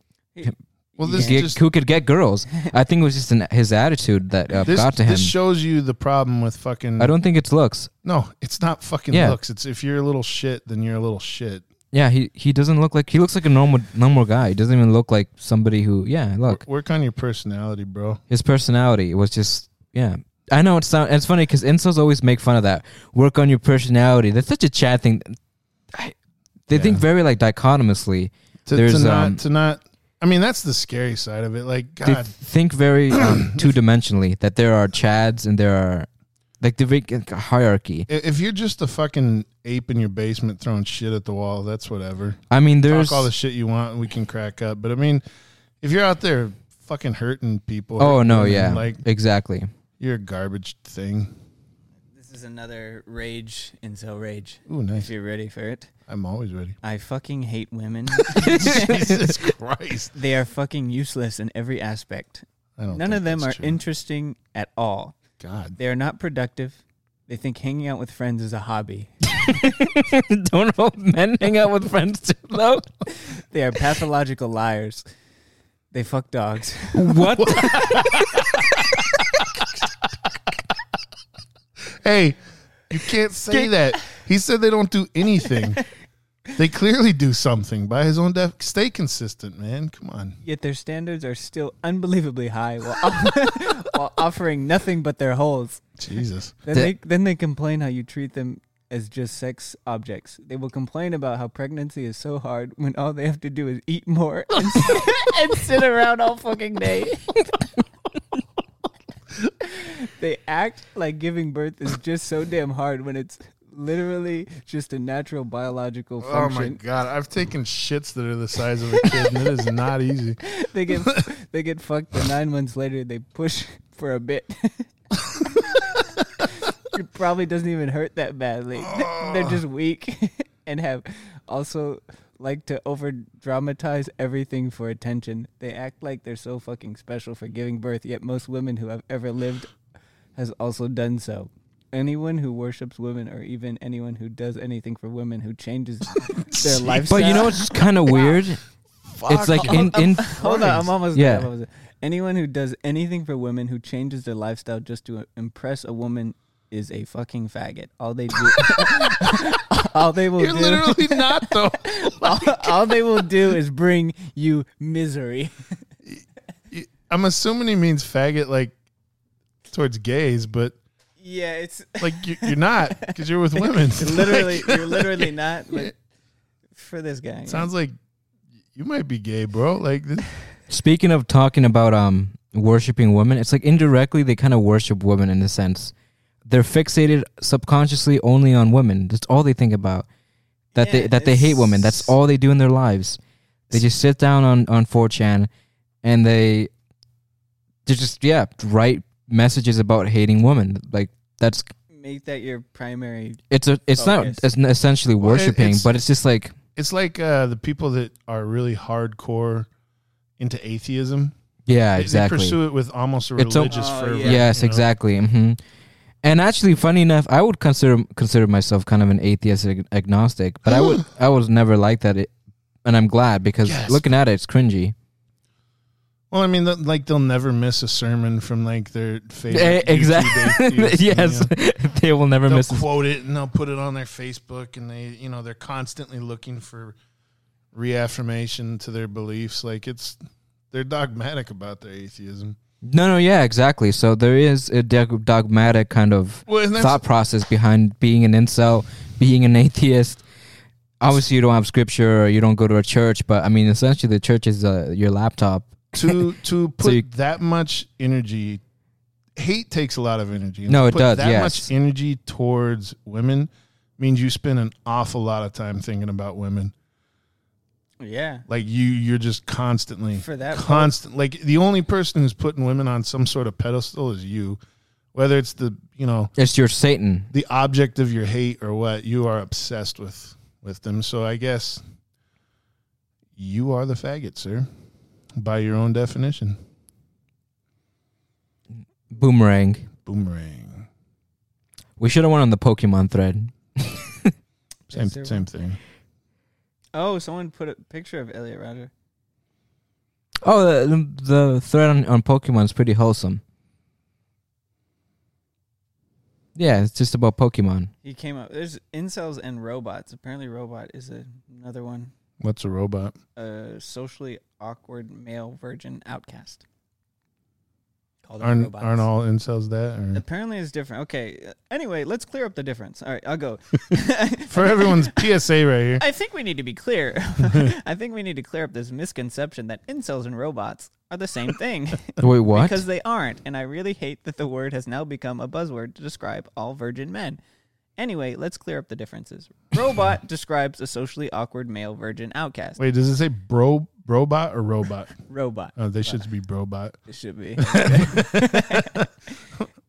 Well, could this get, just who could get girls. I think it was just an, his attitude that uh, this, got to him. this shows you the problem with fucking. I don't think it's looks. No, it's not fucking Yeah. looks. It's if you're a little shit, then you're a little shit. Yeah, he, he doesn't look like he looks like a normal normal guy. He doesn't even look like somebody who yeah, look. Work on your personality, bro. His personality was just yeah. I know it's sound, it's funny cuz incels always make fun of that. Work on your personality. That's such a chat thing. I, they think Yeah. very like dichotomously. To, to There's, not um, to not. I mean, that's the scary side of it. Like They God, think very um, two-dimensionally that there are chads and there are like the big hierarchy. i- if you're just a fucking ape in your basement throwing shit at the wall, that's whatever. I mean there's Talk all the shit you want, and we can crack up. But I mean, if you're out there fucking hurting people, Oh hurting no, women, yeah. like exactly. you're a garbage thing. This is another rage incel rage. Ooh, If nice. you're ready for it, I'm always ready. I fucking hate women. Jesus Christ! they are fucking useless in every aspect. I don't None think of them are that's true. interesting at all. God. They are not productive. They think hanging out with friends is a hobby. Don't know men hang out with friends too low. They are pathological liars. They fuck dogs. What? Hey, you can't say that. He said they don't do anything. they clearly do something by his own def. Stay consistent, man. Come on. Yet their standards are still unbelievably high while, off- while offering nothing but their holes. Jesus. Then they, then they complain how you treat them as just sex objects. They will complain about how pregnancy is so hard when all they have to do is eat more and, and sit around all fucking day. they act like giving birth is just so damn hard when it's literally just a natural biological Oh my function. God. I've taken shits that are the size of a kid, and it is not easy. They get they get fucked and nine months later they push for a bit. it probably doesn't even hurt that badly. They're just weak and have also like to over dramatize everything for attention. They act like they're so fucking special for giving birth, yet most women who have ever lived has also done so. Anyone who worships women or even anyone who does anything for women who changes their lifestyle but you know what's kind of weird? It's like in in Hold on, I'm almost Yeah. yeah. Anyone who does anything for women who changes their lifestyle just to impress a woman is a fucking faggot. All they do, all they will You're do, literally not though. all, all they will do is bring you misery. I'm assuming he means faggot like towards gays, but Yeah, it's like you, you're not because you're with women. literally Like, you're literally not. But for this guy, yeah. sounds like you might be gay, bro. Like this, Speaking of talking about um worshiping women, it's like indirectly they kind of worship women in a sense. They're fixated subconsciously only on women. That's all they think about. That they Yeah, that they hate it's- women. That's all they do in their lives. They just sit down on on 4chan and they they just yeah, write messages about hating women. Like that's make that your primary. it's a it's Focus. not it's n- essentially Oh, Well, it- worshiping, it's- but it's just like it's like uh, the people that are really hardcore into atheism. yeah, They- exactly. They pursue it with almost a It's a- religious Oh, fervor. yeah. yes, you know? exactly. hmm And actually, funny enough, I would consider consider myself kind of an atheist ag- agnostic, but I would I was never like that, it, and I'm glad because Yes. looking at it, it's cringy. Well, I mean, th- like they'll never miss a sermon from like their favorite. Eh, YouTube exactly. atheist, you yes, know? they will never They'll miss. it. quote it and they'll put it on their Facebook, and they, you know, they're constantly looking for reaffirmation to their beliefs. Like it's, they're dogmatic about their atheism. No, no, yeah, exactly. So there is a dog- dogmatic kind of Well, and that's- thought process behind being an incel, being an atheist. Obviously, you don't have scripture or you don't go to a church, but I mean, essentially, the church is uh, your laptop. To to put you- that much energy, hate takes a lot of energy. And No, to it put does, That yes. much energy towards women means you spend an awful lot of time thinking about women. Yeah, Like you, you're just constantly For that part. constant. Like the only person who's putting women on some sort of pedestal is you. Whether it's the you know It's your Satan. the object of your hate or what, you are obsessed with with them. So I guess you are the faggot, sir, by your own definition. Boomerang. Boomerang, We should have went on the Pokemon thread. same Yes, sir. same thing. Oh, someone put a picture of Elliot Roger. Oh, the, the thread on, on Pokemon is pretty wholesome. Yeah, it's just about Pokemon. He came up. There's incels and robots. Apparently, robot is a, another one. What's a robot? A socially awkward male virgin outcast. Oh, Called them Aren't robots. aren't all incels that? Or? Apparently, it's different. Okay. uh, Anyway, let's clear up the difference. All right, I'll go. For everyone's PSA right here. I think we need to be clear. I think we need to clear up this misconception that incels and robots are the same thing. Wait, what? Because they aren't, and I really hate that the word has now become a buzzword to describe all virgin men. Anyway, let's clear up the differences. Robot describes a socially awkward male virgin outcast. Wait, does it say bro robot or robot? Robot. Oh, they should be robot. It should be.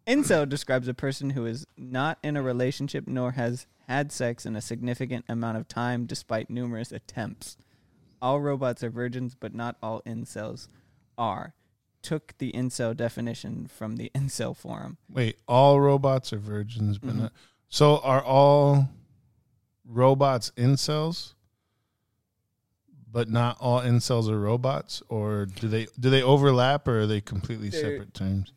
Incel describes a person who is not in a relationship nor has had sex in a significant amount of time despite numerous attempts. All robots are virgins, but not all incels are. Took the incel definition from the incel forum. Wait, all robots are virgins, Mm-hmm. but not. So are all robots incels? But not all incels are robots, or do they do they overlap, or are they completely They're- separate terms?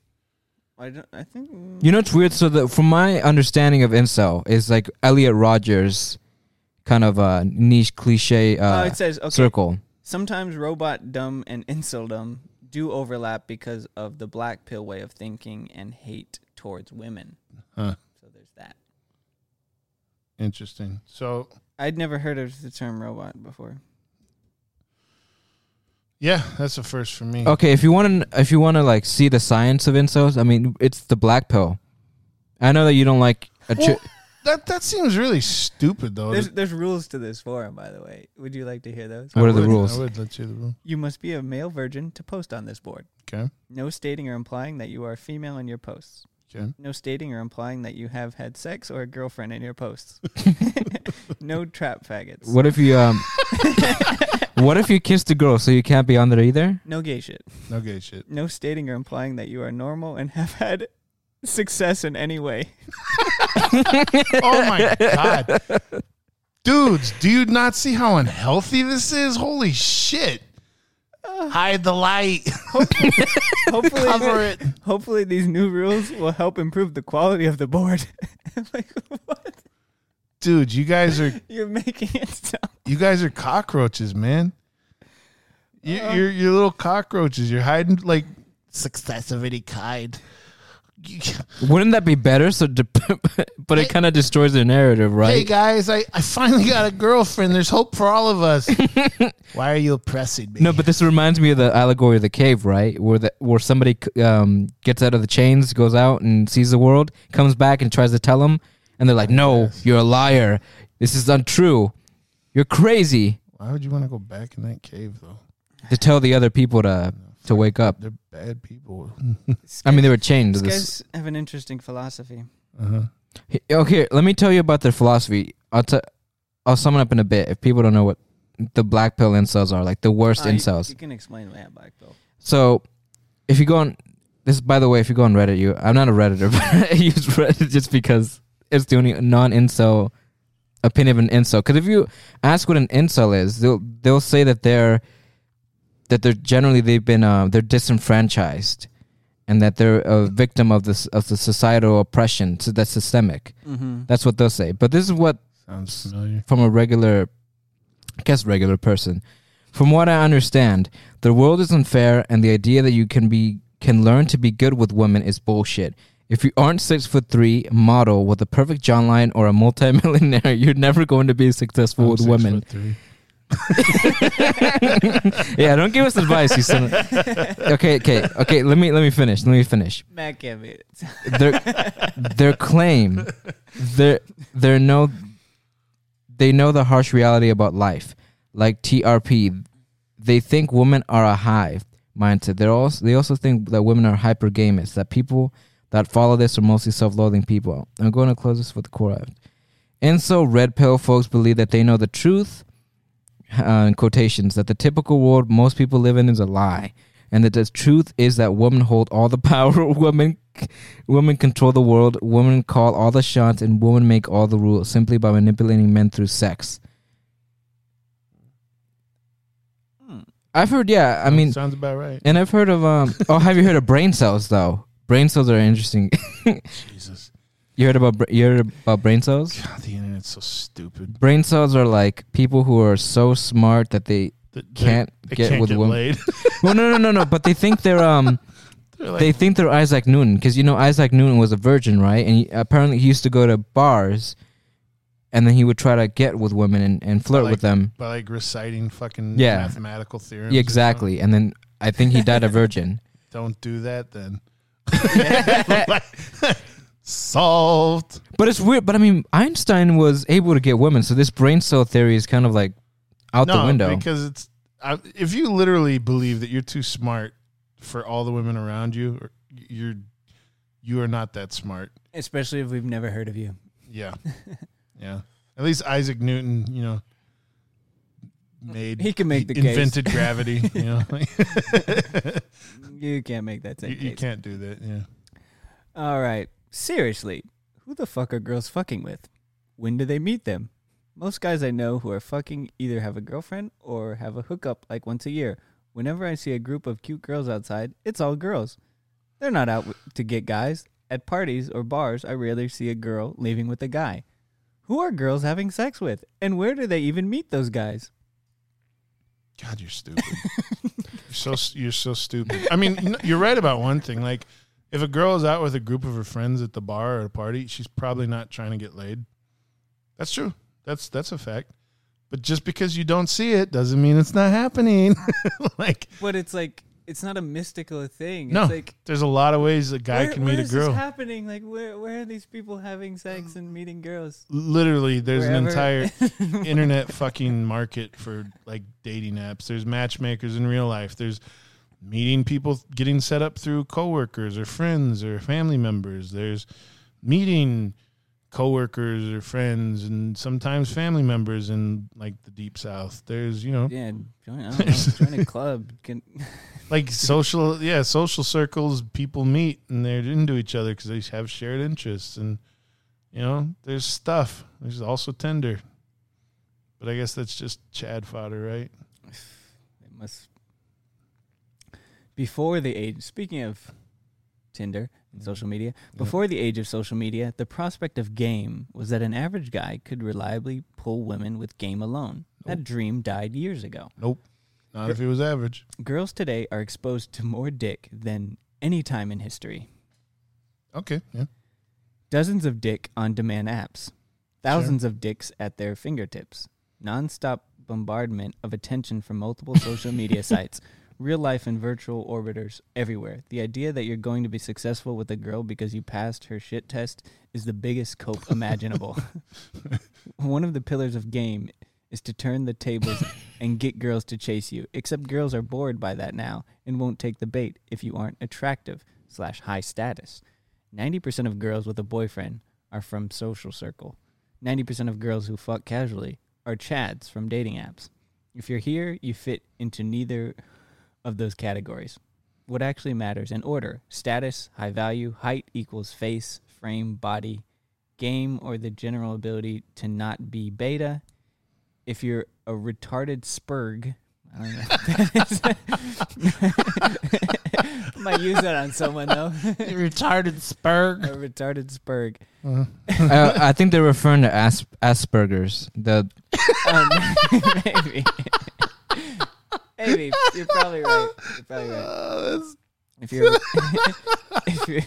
I, don't, I think. you know it's weird? So, the, from my understanding of incel, is like Elliot Rogers, kind of a niche cliche Oh, uh, it says, okay. circle. Sometimes robot dumb and incel dumb do overlap because of the black pill way of thinking and hate towards women. Huh. So there's that. Interesting. So I'd never heard of the term robot before. yeah, that's a first for me. Okay, if you want to, if you want to like see the science of incels, I mean, it's the black pill. I know that you don't like a. Chi- Well, that that seems really stupid, Oh, though. There's there's rules to this forum, by the way. Would you like to hear those? I What are the would- rules? I would let you the rule. You must be a male virgin to post on this board. Okay. No stating or implying that you are female in your posts. Okay. No stating or implying that you have had sex or a girlfriend in your posts. no trap faggots. What if you um? what if you kissed a girl so you can't be on there either? No gay shit. No gay shit. No stating or implying that you are normal and have had success in any way. Oh my god. Dudes, do you not see how unhealthy this is? Holy shit. Hide the light. Hopefully, Cover it. hopefully these new rules will help improve the quality of the board. like what? Dude, you guys are You're making it sound. you guys are cockroaches, man. You, you're you're little cockroaches. You're hiding like success of any kind. Wouldn't that be better? So, de- but it kind of destroys the narrative, Hey right? guys, I, I finally got a girlfriend. There's hope for all of us. Why are you oppressing me? no, but this reminds me of the allegory of the cave, right? Where the where somebody um, gets out of the chains, goes out and sees the world, comes back and tries to tell them, and they're like, "No, you're a liar. This is untrue. You're crazy." Why would you want to go back in that cave though? To tell the other people to to wake up. They're bad people. I mean, they were chained. to These This. guys have an interesting philosophy. Uh-huh. Okay, let me tell you about their philosophy. I'll t- I'll sum it up in a bit. If people don't know what the black pill incels are, like the worst Uh, you- incels. You, can explain that back though. So, if you go on, this by the way, if you go on Reddit, you I'm not a redditor, but I use Reddit just because it's the only non-incel opinion of an incel. Because if you ask what an incel is, they'll they'll say that they're that they're generally they've been uh, they're disenfranchised, and that they're a victim of this of the societal oppression, so that's systemic. Mm-hmm. That's what they'll say. But this is what Sounds familiar. from a regular, I guess regular person. From what I understand, the world is unfair, and the idea that you can be can learn to be good with women is bullshit. If you aren't six foot three, model with a perfect jawline, or a multimillionaire, you're never going to be successful with women. yeah, don't give us advice, you son. of- okay, okay, okay. Let me let me finish. Let me finish. Matt Gavitt. their their claim they're they're no they know the harsh reality about life like trp they think women are a hive mindset they're also they also think that women are hypergamous that people that follow this are mostly self-loathing people i'm going to close this with a quote and so red pill folks believe that they know the truth uh, in quotations that the typical world most people live in is a lie and that the truth is that women hold all the power women Women control the world. Women call all the shots, and women make all the rules simply by manipulating men through sex. Hmm. I've heard, yeah. Oh, I mean, sounds about right. and I've heard of. Um, oh, have you heard of brain cells though? Brain cells are interesting. Jesus, you heard about br- you heard about brain cells? God, the internet's so stupid. Brain cells are like people who are so smart that they They- they- can't they get can't with get women. laid. Well, no, no, no, no. But they think they're um. They're like, they think they're Isaac Newton because you know Isaac Newton was a virgin, right? And he, apparently he used to go to bars, and then he would try to get with women and, and flirt Like- with them. by like reciting fucking Yeah. mathematical theorems. Yeah, exactly. And then I think he died a virgin. Don't do that then. Solved. But it's weird. But I mean, Einstein was able to get women, so this brain cell theory is kind of like out the window. because it's I, if you literally believe that you're too smart for all the women around you, or you're you are not that smart. Especially if we've never heard of you. Yeah, yeah. At least Isaac Newton, you know, made He can make the case. invented gravity. You know, You can't make that you, same you case. can't do that. Yeah. All right. Seriously, who the fuck are girls fucking with? When do they meet them? Most guys I know who are fucking either have a girlfriend or have a hookup like once a year. Whenever I see a group of cute girls outside, it's all girls. They're not out w- to get guys. At parties or bars, I rarely see a girl leaving with a guy. Who are girls having sex with? And where do they even meet those guys? God, you're stupid. you're so you're so stupid. I mean, n- you're right about one thing. Like, if a girl is out with a group of her friends at the bar or a party, she's probably not trying to get laid. That's true. That's that's a fact. But just because you don't see it doesn't mean it's not happening. like, But it's like it's not a mystical thing. no, It's like there's a lot of ways a guy where- can meet where a is this girl. happening? Like where where are these people having sex and meeting girls? Literally, there's an Wherever. entire internet fucking market for like dating apps. There's matchmakers in real life. There's meeting people getting set up through coworkers or friends or family members. There's meeting coworkers or friends and sometimes family members in like the deep south. There's, you know, Yeah, join, I don't know, join a club. Can, like social yeah social circles people meet and they're into each other because they have shared interests and you know there's stuff there's also tinder but i guess that's just chad fodder right it must before the age, speaking of Tinder and social media, before the age of social media, the prospect of game was that an average guy could reliably pull women with game alone. That dream died years ago. Nope. Not if it was average. Girls today are exposed to more dick than any time in history. Okay. Yeah. Dozens of dick on demand apps, thousands of dicks at their fingertips, nonstop bombardment of attention from multiple social media sites, real life and virtual orbiters everywhere. The idea that you're going to be successful with a girl because you passed her shit test is the biggest cope imaginable. One of the pillars of game is to turn the tables and get girls to chase you. Except girls are bored by that now and won't take the bait if you aren't attractive slash high status. 90% of girls with a boyfriend are from social circle. 90% of girls who fuck casually are chads from dating apps. If you're here, you fit into neither of those categories. What actually matters in order status, high value, height equals face, frame, body, game, or the general ability to not be beta. If you're a retarded spurg, I don't know. what that is. Might use that on someone though. retarded spurg. a retarded spurg. uh, I think they're referring to As- Asperger's. The Um, maybe. maybe. You're probably right. You're probably right. if you're if you're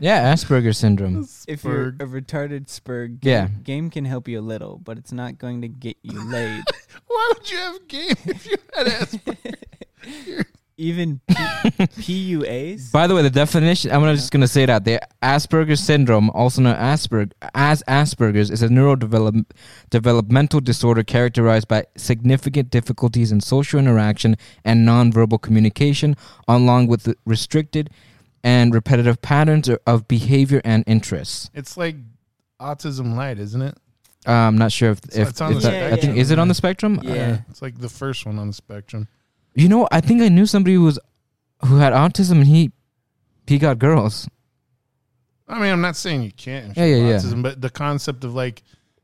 yeah, Asperger's syndrome. if you're a retarded spurg, game, Yeah. game can help you a little, but it's not going to get you laid. Why would you have game if you had Asperger's? Even P- PUAs. By the way, the definition I'm gonna- just going to say that the Asperger's syndrome, also known Asperg as Asperger's, is a neurodevelop developmental disorder characterized by significant difficulties in social interaction and nonverbal communication, along with the restricted and repetitive patterns of behavior and interests. It's like autism light, isn't it? Uh, I'm not sure if if it's on the if that- I think spectrum. is it on the spectrum. Uh, yeah. It's like the first one on the spectrum. you know, I think I knew somebody who was who had autism and he he got girls. I mean, I'm not saying you can't. Yeah, have yeah, yeah. autism, But the concept of like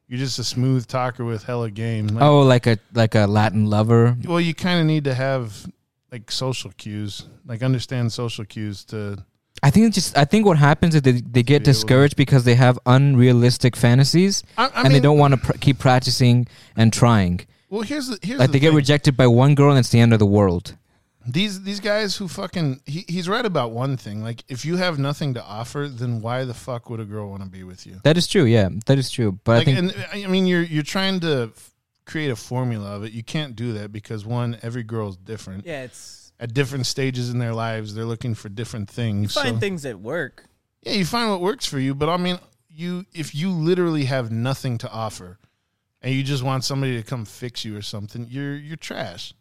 you're just a smooth talker with hella game. Like, Oh, like a like a Latin lover. Well, you kind of need to have like social cues, like understand social cues to. I think it's just I think what happens is they, they get Be able to- discouraged because they have unrealistic fantasies I, I and mean, they don't want to pr- keep practicing and trying. Well, here's the here's Like the they get thing. rejected by one girl and it's the end of the world. these these guys who fucking he, he's right about one thing. Like if you have nothing to offer, then why the fuck would a girl want to be with you? That is true. Yeah, that is true. But I Like, think and I mean, you're you're trying to f- create a formula of it. You can't do that because one, every girl's different. Yeah, it's At different stages in their lives, they're looking for different things. find so- things that work. Yeah, you find what works for you, but I mean, you if you literally have nothing to offer and you just want somebody to come fix you or something, you're you're trash.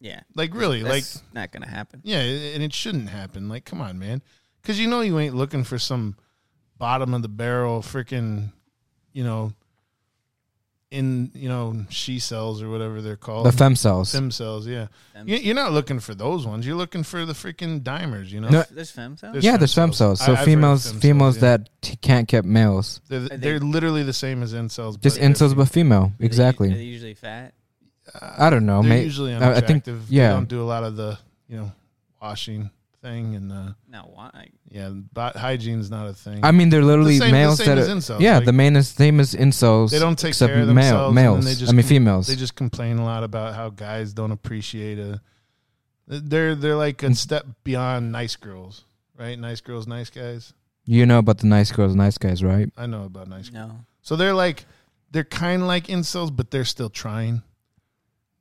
Yeah. Like really, like That's not gonna happen. yeah, and it shouldn't happen. Like come on, man. Cuz you know you ain't looking for some bottom of the barrel freaking, you know, in, you know, she cells or whatever they're called. the fem cells. Fem cells, yeah. Fem- You- You're not looking for those ones. You're looking for the freaking dimers, you know. No, There's femme cells? There's yeah, fem there's fem cells. I- So I've heard of females fem cells, females yeah. that t- can't get males. They're, they- they're literally the same as incels. Just but they're incels but female. Are they- Exactly. Are they usually fat? I don't know. They're May- usually Uh, I- I unattractive. think yeah. They don't do a lot of the, you know, washing thing and uh No, why? yeah, but hygiene's not a thing. I mean, they're literally same- the males same that as are, incels, yeah. like- the main is same as incels. They don't take except care of male, themselves, and then males. they just I mean, com- females. they just complain a lot about how guys don't appreciate a they're they're like a Mm. step beyond nice girls, right? Nice girls, nice guys. you know about the nice girls, nice guys, right? I know about nice girls. No. So they're like they're kind of like incels, but they're still trying.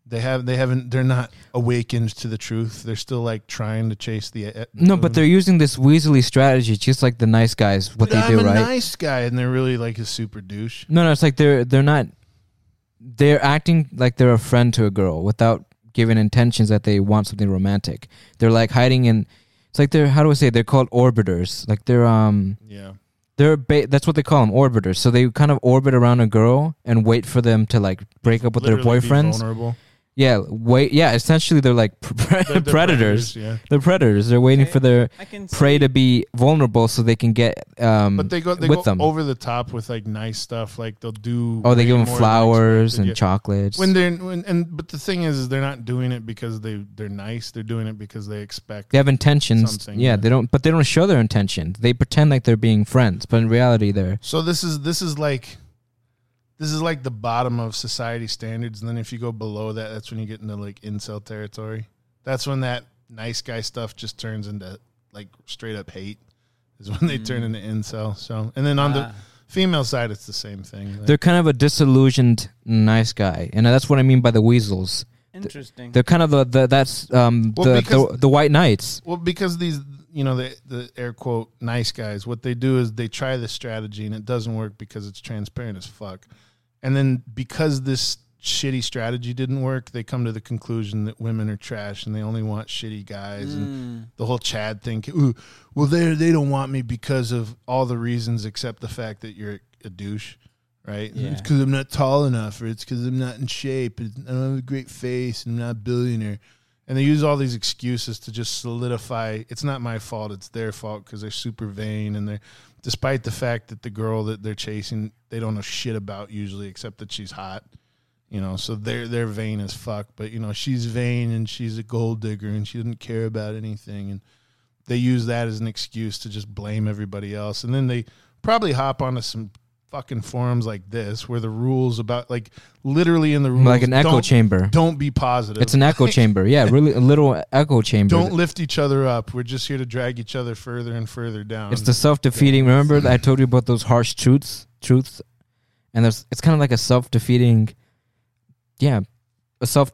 They have they haven't they're not awakened to the truth. They're still like trying to chase the uh, No, but they're using this weaselly strategy, just like the nice guys, what But they do, I'm a right? nice guy, and they're really like a super douche. no, no, it's like they're they're not. They're acting like they're a friend to a girl without giving intentions that they want something romantic. They're like hiding in. It's like they're how do I say? They're called orbiters. Like they're um Yeah, they're ba- that's what they call them orbiters. So they kind of orbit around a girl and wait for them to like break up with their boyfriends. vulnerable. Yeah, wait. Yeah, essentially they're like pr- they're predators. predators, yeah. They're predators. They're waiting Okay, for their I can prey to be vulnerable so they can get um But they go they with go them. over the top with like nice stuff. Like they'll do. oh, they way give them more than flowers expected, and yeah. chocolates. When they're when, and but the thing is, is they're not doing it because they they're nice. They're doing it because they expect. they have intentions. Something, yeah, yeah. they don't. But they don't show their intentions. They pretend like they're being friends, but in reality, they're So this is this is like this is like the bottom of society standards, and then if you go below that, that's when you get into like incel territory. That's when that nice guy stuff just turns into like straight up hate. Is when they turn into incel. So and then on Uh. Ah, the female side, it's the same thing. Like, they're kind of a disillusioned nice guy, and that's what I mean by the weasels. Interesting. They're kind of the, the that's um Well, the, the because- the white knights. well, because these you know the the air quote nice guys, what they do is they try this strategy and it doesn't work because it's transparent as fuck. And then because this shitty strategy didn't work, they come to the conclusion that women are trash and they only want shitty guys and the whole Chad thing. Ooh, well, they they don't want me because of all the reasons except the fact that you're a douche, right? Yeah. It's because I'm not tall enough, or it's because I'm not in shape, it's, I don't have a great face, and I'm not a billionaire. And they use all these excuses to just solidify. It's not my fault; it's their fault because they're super vain and they're despite the fact that the girl that they're chasing they don't know shit about usually except that she's hot you know so they're they're vain as fuck but you know she's vain and she's a gold digger and she doesn't care about anything and they use that as an excuse to just blame everybody else and then they probably hop onto some fucking forums like this where the rules about like literally in the rules Like an echo don't- chamber. don't be positive It's an echo chamber. Yeah, really a little echo chamber. don't lift each other up we're just here to drag each other further and further down It's the self defeating. Remember, I told you about those harsh truths, truths, and there's it's kind of like a self defeating, yeah, a self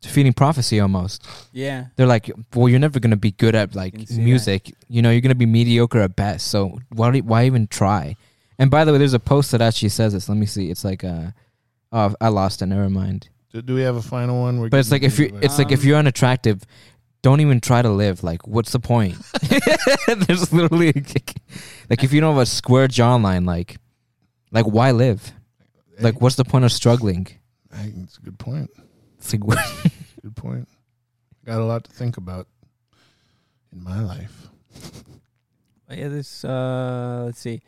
defeating prophecy almost. yeah. They're like, well, you're never gonna be good at Can like see that. music. You know, you're gonna be mediocre at best. So why do- why even try? And by the way, there's a post that actually says this. Let me see. It's like, uh, oh, I lost it. Never mind. do, do we have a final one We're But it's like getting if you, confused, but- it's like if Um, you're unattractive, don't even try to live. Like, what's the point? There's literally like if you don't have a square jawline, like, like why live? Like, what's the point of struggling? I think it's a good point It's like, Good point. Got a lot to think about in my life. Yeah, this uh let's see.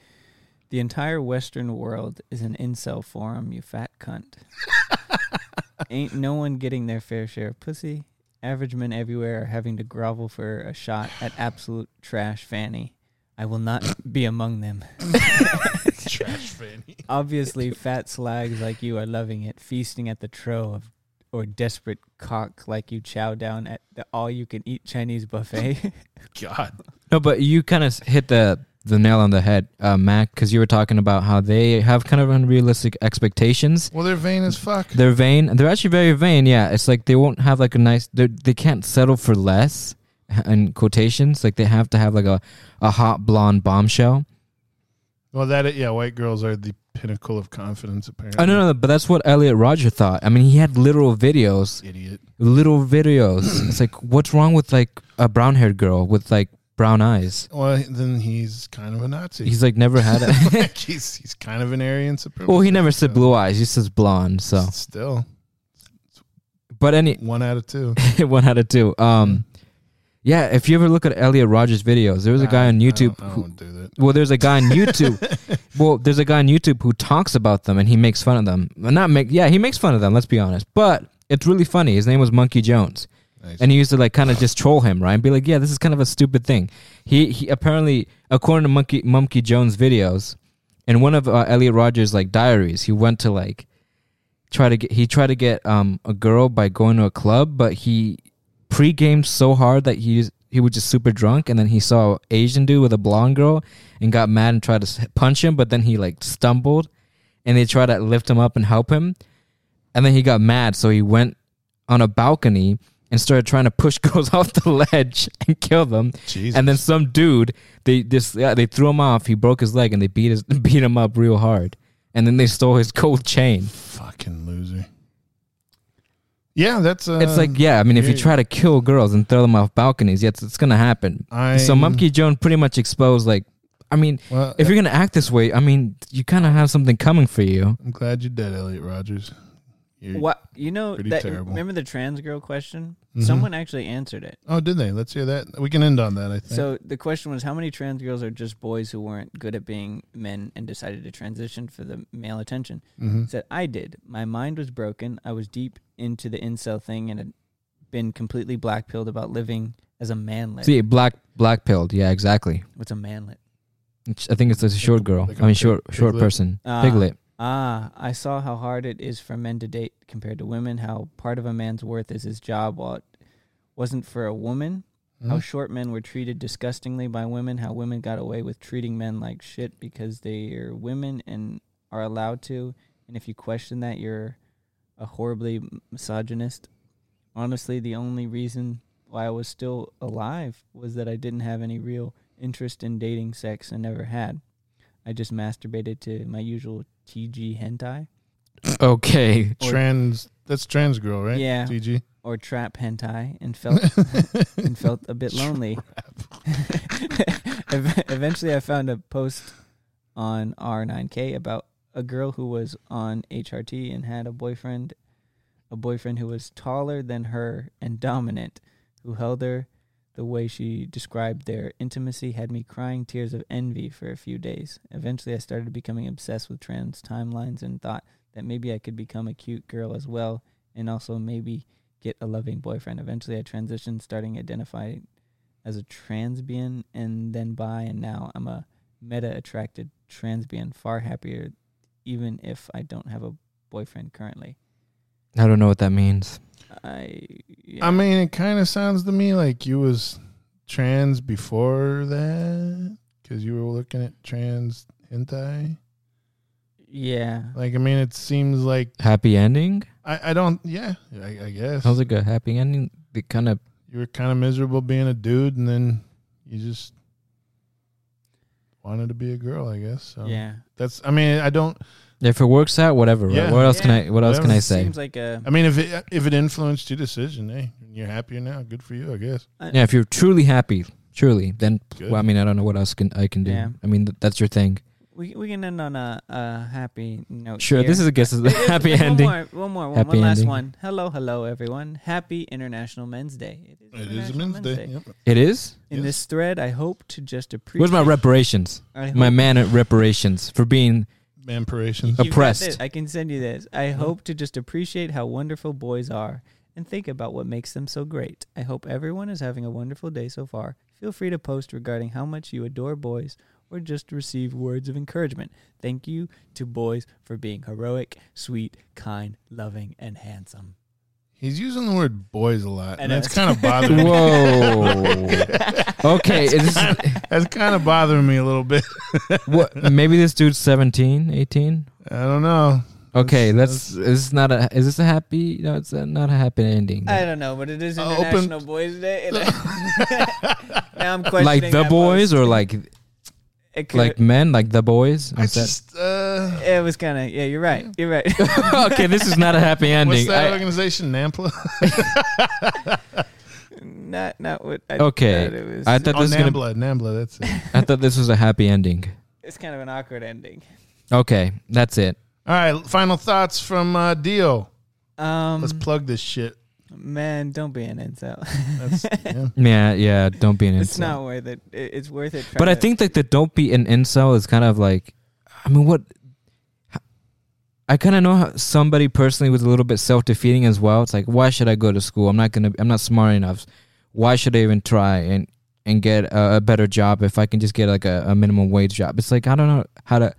The entire Western world is an incel forum, you fat cunt. Ain't no one getting their fair share of pussy. Average men everywhere are having to grovel for a shot at absolute trash fanny. I will not be among them. Trash Fanny. Obviously, fat slags like you are loving it, feasting at the trough of, or desperate cock like you chow down at the all-you-can-eat Chinese buffet. God. no, but you kind of hit the the nail on the head, uh, Mac, because you were talking about how they have kind of unrealistic expectations. Well, they're vain as fuck. They're vain. They're actually very vain. Yeah, it's like they won't have like a nice. They they can't settle for less. In quotations, like they have to have like a, a hot blonde bombshell. Well, that yeah, white girls are the pinnacle of confidence. Apparently, I don't know, Oh, but that's what Elliot Roger thought. I mean, he had literal videos, Idiot. little videos. it's like, what's wrong with like a brown haired girl with like brown eyes? Well, then he's kind of a Nazi. He's like never had it. Like, he's he's kind of an Aryan supremacist. well, he never said blue eyes. He says blonde. So, Still, but any one out of two. one out of two. Um, yeah, if you ever look at Elliot Rogers' videos, there was a guy on YouTube I don't, I who don't do that. Well, there's a guy on YouTube. well, there's a guy on YouTube who talks about them and he makes fun of them. Well, Not make, yeah, he makes fun of them. Let's be honest, but it's really funny. His name was Monkey Jones, Nice. and he used to like kind of just troll him, right? And be like, yeah, this is kind of a stupid thing. He he apparently, according to Monkey Monkey Jones videos, in one of uh, Elliot Rogers' like diaries, he went to like try to get he tried to get um a girl by going to a club, but he pre-gamed so hard that he just- he was just super drunk, and then he saw an Asian dude with a blonde girl and got mad and tried to s- punch him, but then he like stumbled, and they tried to lift him up and help him, and then he got mad, so he went on a balcony and started trying to push girls off the ledge and kill them. Jesus. And then some dude they just yeah, they threw him off. He broke his leg and they beat his beat him up real hard. And then they stole his gold chain. Fucking loser. Yeah, that's. Uh, It's like, yeah, I mean, if you yeah. try to kill girls and throw them off balconies, yes, it's gonna happen. so I'm- Monkey Jones pretty much exposed, like, I mean, Well, if you're gonna act this way, I mean, you kind of have something coming for you. I'm glad you're dead, Elliot Rogers. You're, what? you know, Mm. Pretty that, terrible. remember the trans girl question? Mhm. Someone actually answered it. Oh, did they? Let's hear that. We can end on that. I think. So the question was, how many trans girls are just boys who weren't good at being men and decided to transition for the male attention? Mhm. Said I did. My mind was broken. I was deep into the incel thing and had been completely black pilled about living as a manlet. See, black black pilled. Yeah, exactly. What's a manlet? It's- I think it's a short girl. Like a I mean, pig- short short piglet. person. Ah. Piglet. Ah, I saw how hard it is for men to date compared to women. How part of a man's worth is his job, while it wasn't for a woman. How Mhm. short men were treated disgustingly by women. How women got away with treating men like shit because they are women and are allowed to. And if you question that, you're a horribly misogynist. Honestly, the only reason why I was still alive was that I didn't have any real interest in dating sex and never had. I just masturbated to my usual TG hentai Okay. trans. That's trans girl, right? Yeah. TG. or trap hentai and felt and felt a bit lonely. Ev- Eventually, I found a post on R9K about a girl who was on HRT and had a boyfriend, a boyfriend who was taller than her and dominant, who held her. The way she described their intimacy had me crying tears of envy for a few days. Eventually, I started becoming obsessed with trans timelines and thought that maybe I could become a cute girl as well, and also maybe get a loving boyfriend. Eventually, I transitioned, starting identifying as a transbian and then bi, and now I'm a meta attracted transbian, far happier, even if I don't have a boyfriend currently. I don't know what that means. I, yeah. I mean, it kind of sounds to me like you was trans before that because you were looking at trans hentai. yeah. Like, I mean, it seems like Happy ending? I, I don't. Yeah, I, I guess Sounds like a happy ending. The kind of you were kind of miserable being a dude, and then you just wanted to be a girl. I guess. So yeah. That's. I mean, I don't. if it works out, whatever. right? Yeah. What else can Yeah. I? What else can Whatever. I say? Seems like a. I mean, if it if it influenced your decision, hey, you're happier now. Good for you, I guess. Yeah, if you're truly happy, truly, then Good. well, I mean, I don't know what else can I can do. Yeah. I mean, th- that's your thing. We, we can end on a, a happy note. Sure, here. this is a guess. Wait, there's- happy there's ending. One more, one more, one, Happy one last ending. one. Hello, hello, everyone. Happy International Men's Day. It is a International men's day. Yep. It is. In Yes. this thread, I hope to just appreciate. Where's my reparations? I My hope- man at reparations for being Mampirations. You've Yep. got oppressed. Mm-hmm. this. I can send you this. I hope to just appreciate how wonderful boys are and think about what makes them so great. I hope everyone is having a wonderful day so far. Feel free to post regarding how much you adore boys or just receive words of encouragement. Thank you to boys for being heroic, sweet, kind, loving, and handsome. He's using the word boys a lot, I and know. that's kind of bothering. me. Whoa. okay. Is this, That's kind of bothering me a little bit. what, maybe this dude's 17, 18. I don't know. Okay, That's- let's. Is this not a? Is this a happy? No, it's a, not a happy ending. I don't know, but it is Uh, International Boys Day. and I- now I'm questioning like the that boys, post. or like It could- like men, like the boys. I Is that- just uh, it was kind of yeah. You're right. You're right. okay, this is not a happy what's ending. that I- organization? NAMPLA. not not what. I Okay, thought it was. I thought Oh, this was gonna. NAMBLA. NAMBLA. That's it. I thought this was a happy ending. it's kind of an awkward ending. Okay, that's it. All right. Final thoughts from uh, Dio. Um, Mm-hmm. Let's plug this shit. man, don't be an incel. That's, Yeah, yeah. yeah. Don't be an it's incel. not worth it. It- It's worth it. but I trying to- think like the don't be an incel is kind of like, I mean, what? I kind of know how somebody personally was a little bit self defeating as well. It's like, why should I go to school? I'm not gonna. I'm not smart enough. Why should I even try and and get a, a better job if I can just get like a, a minimum wage job? It's like I don't know how to.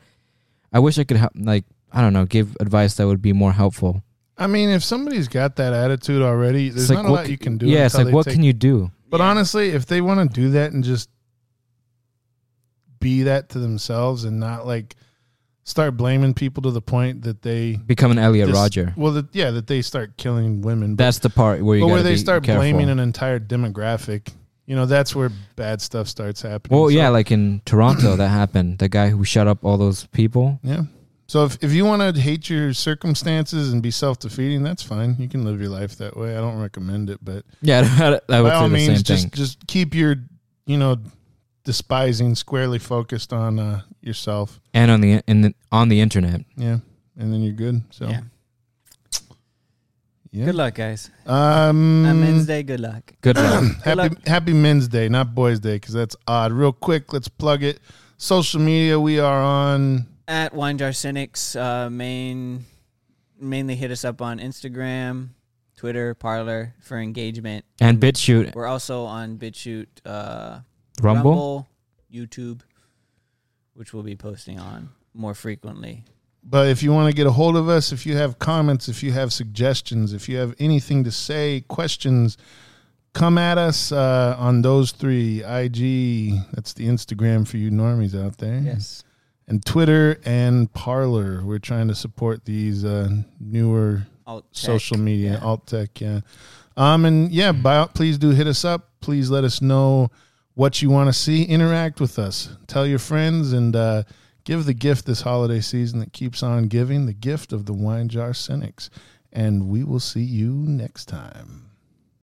I wish I could help. Like I don't know, give advice that would be more helpful. I mean, if somebody's got that attitude already, there's it's like not a what lot c- you can do. Yeah, it's until like they what take- can you do? But Yeah. honestly, if they want to do that and just be that to themselves and not like start blaming people to the point that they Become an Elliot dis- Roger. Well, that, yeah, that they start killing women. But, That's the part where you. but gotta where they be start careful. blaming an entire demographic, you know, that's where bad stuff starts happening. Well, So- yeah, like in Toronto, that happened. The guy who shut up all those people. yeah. So if if you want to hate your circumstances and be self defeating, that's fine. You can live your life that way. I don't recommend it, but Yeah, I would by all say the same means, just thing. just keep your you know despising squarely focused on uh, yourself. And on the and the, on the internet. Yeah, and then you're good. So Yeah. Yeah. Good luck, guys. Mm. Um, On Men's Day, good luck. Good luck. happy, luck. happy Men's Day, not Boys Day, because that's odd. Real quick, let's plug it. Social media, we are on. At Wine Jar Cynics, uh, main mainly hit us up on Instagram, Twitter, Parlor for engagement. And BitChute, We're also on BitChute, uh, Rumble. YouTube, which we'll be posting on more frequently. But if you want to get a hold of us, if you have comments, if you have suggestions, if you have anything to say, questions, come at us uh, on those three IG. That's the Instagram for you normies out there. Yes. And Twitter and Parlor. We're trying to support these uh, newer Alt tech. social media, alt tech, yeah. Um, and yeah, by, all- please do hit us up. Please let us know what you want to see. Interact with us. Tell your friends and uh, give the gift this holiday season that keeps on giving the gift of the wine jar cynics. And we will see you next time.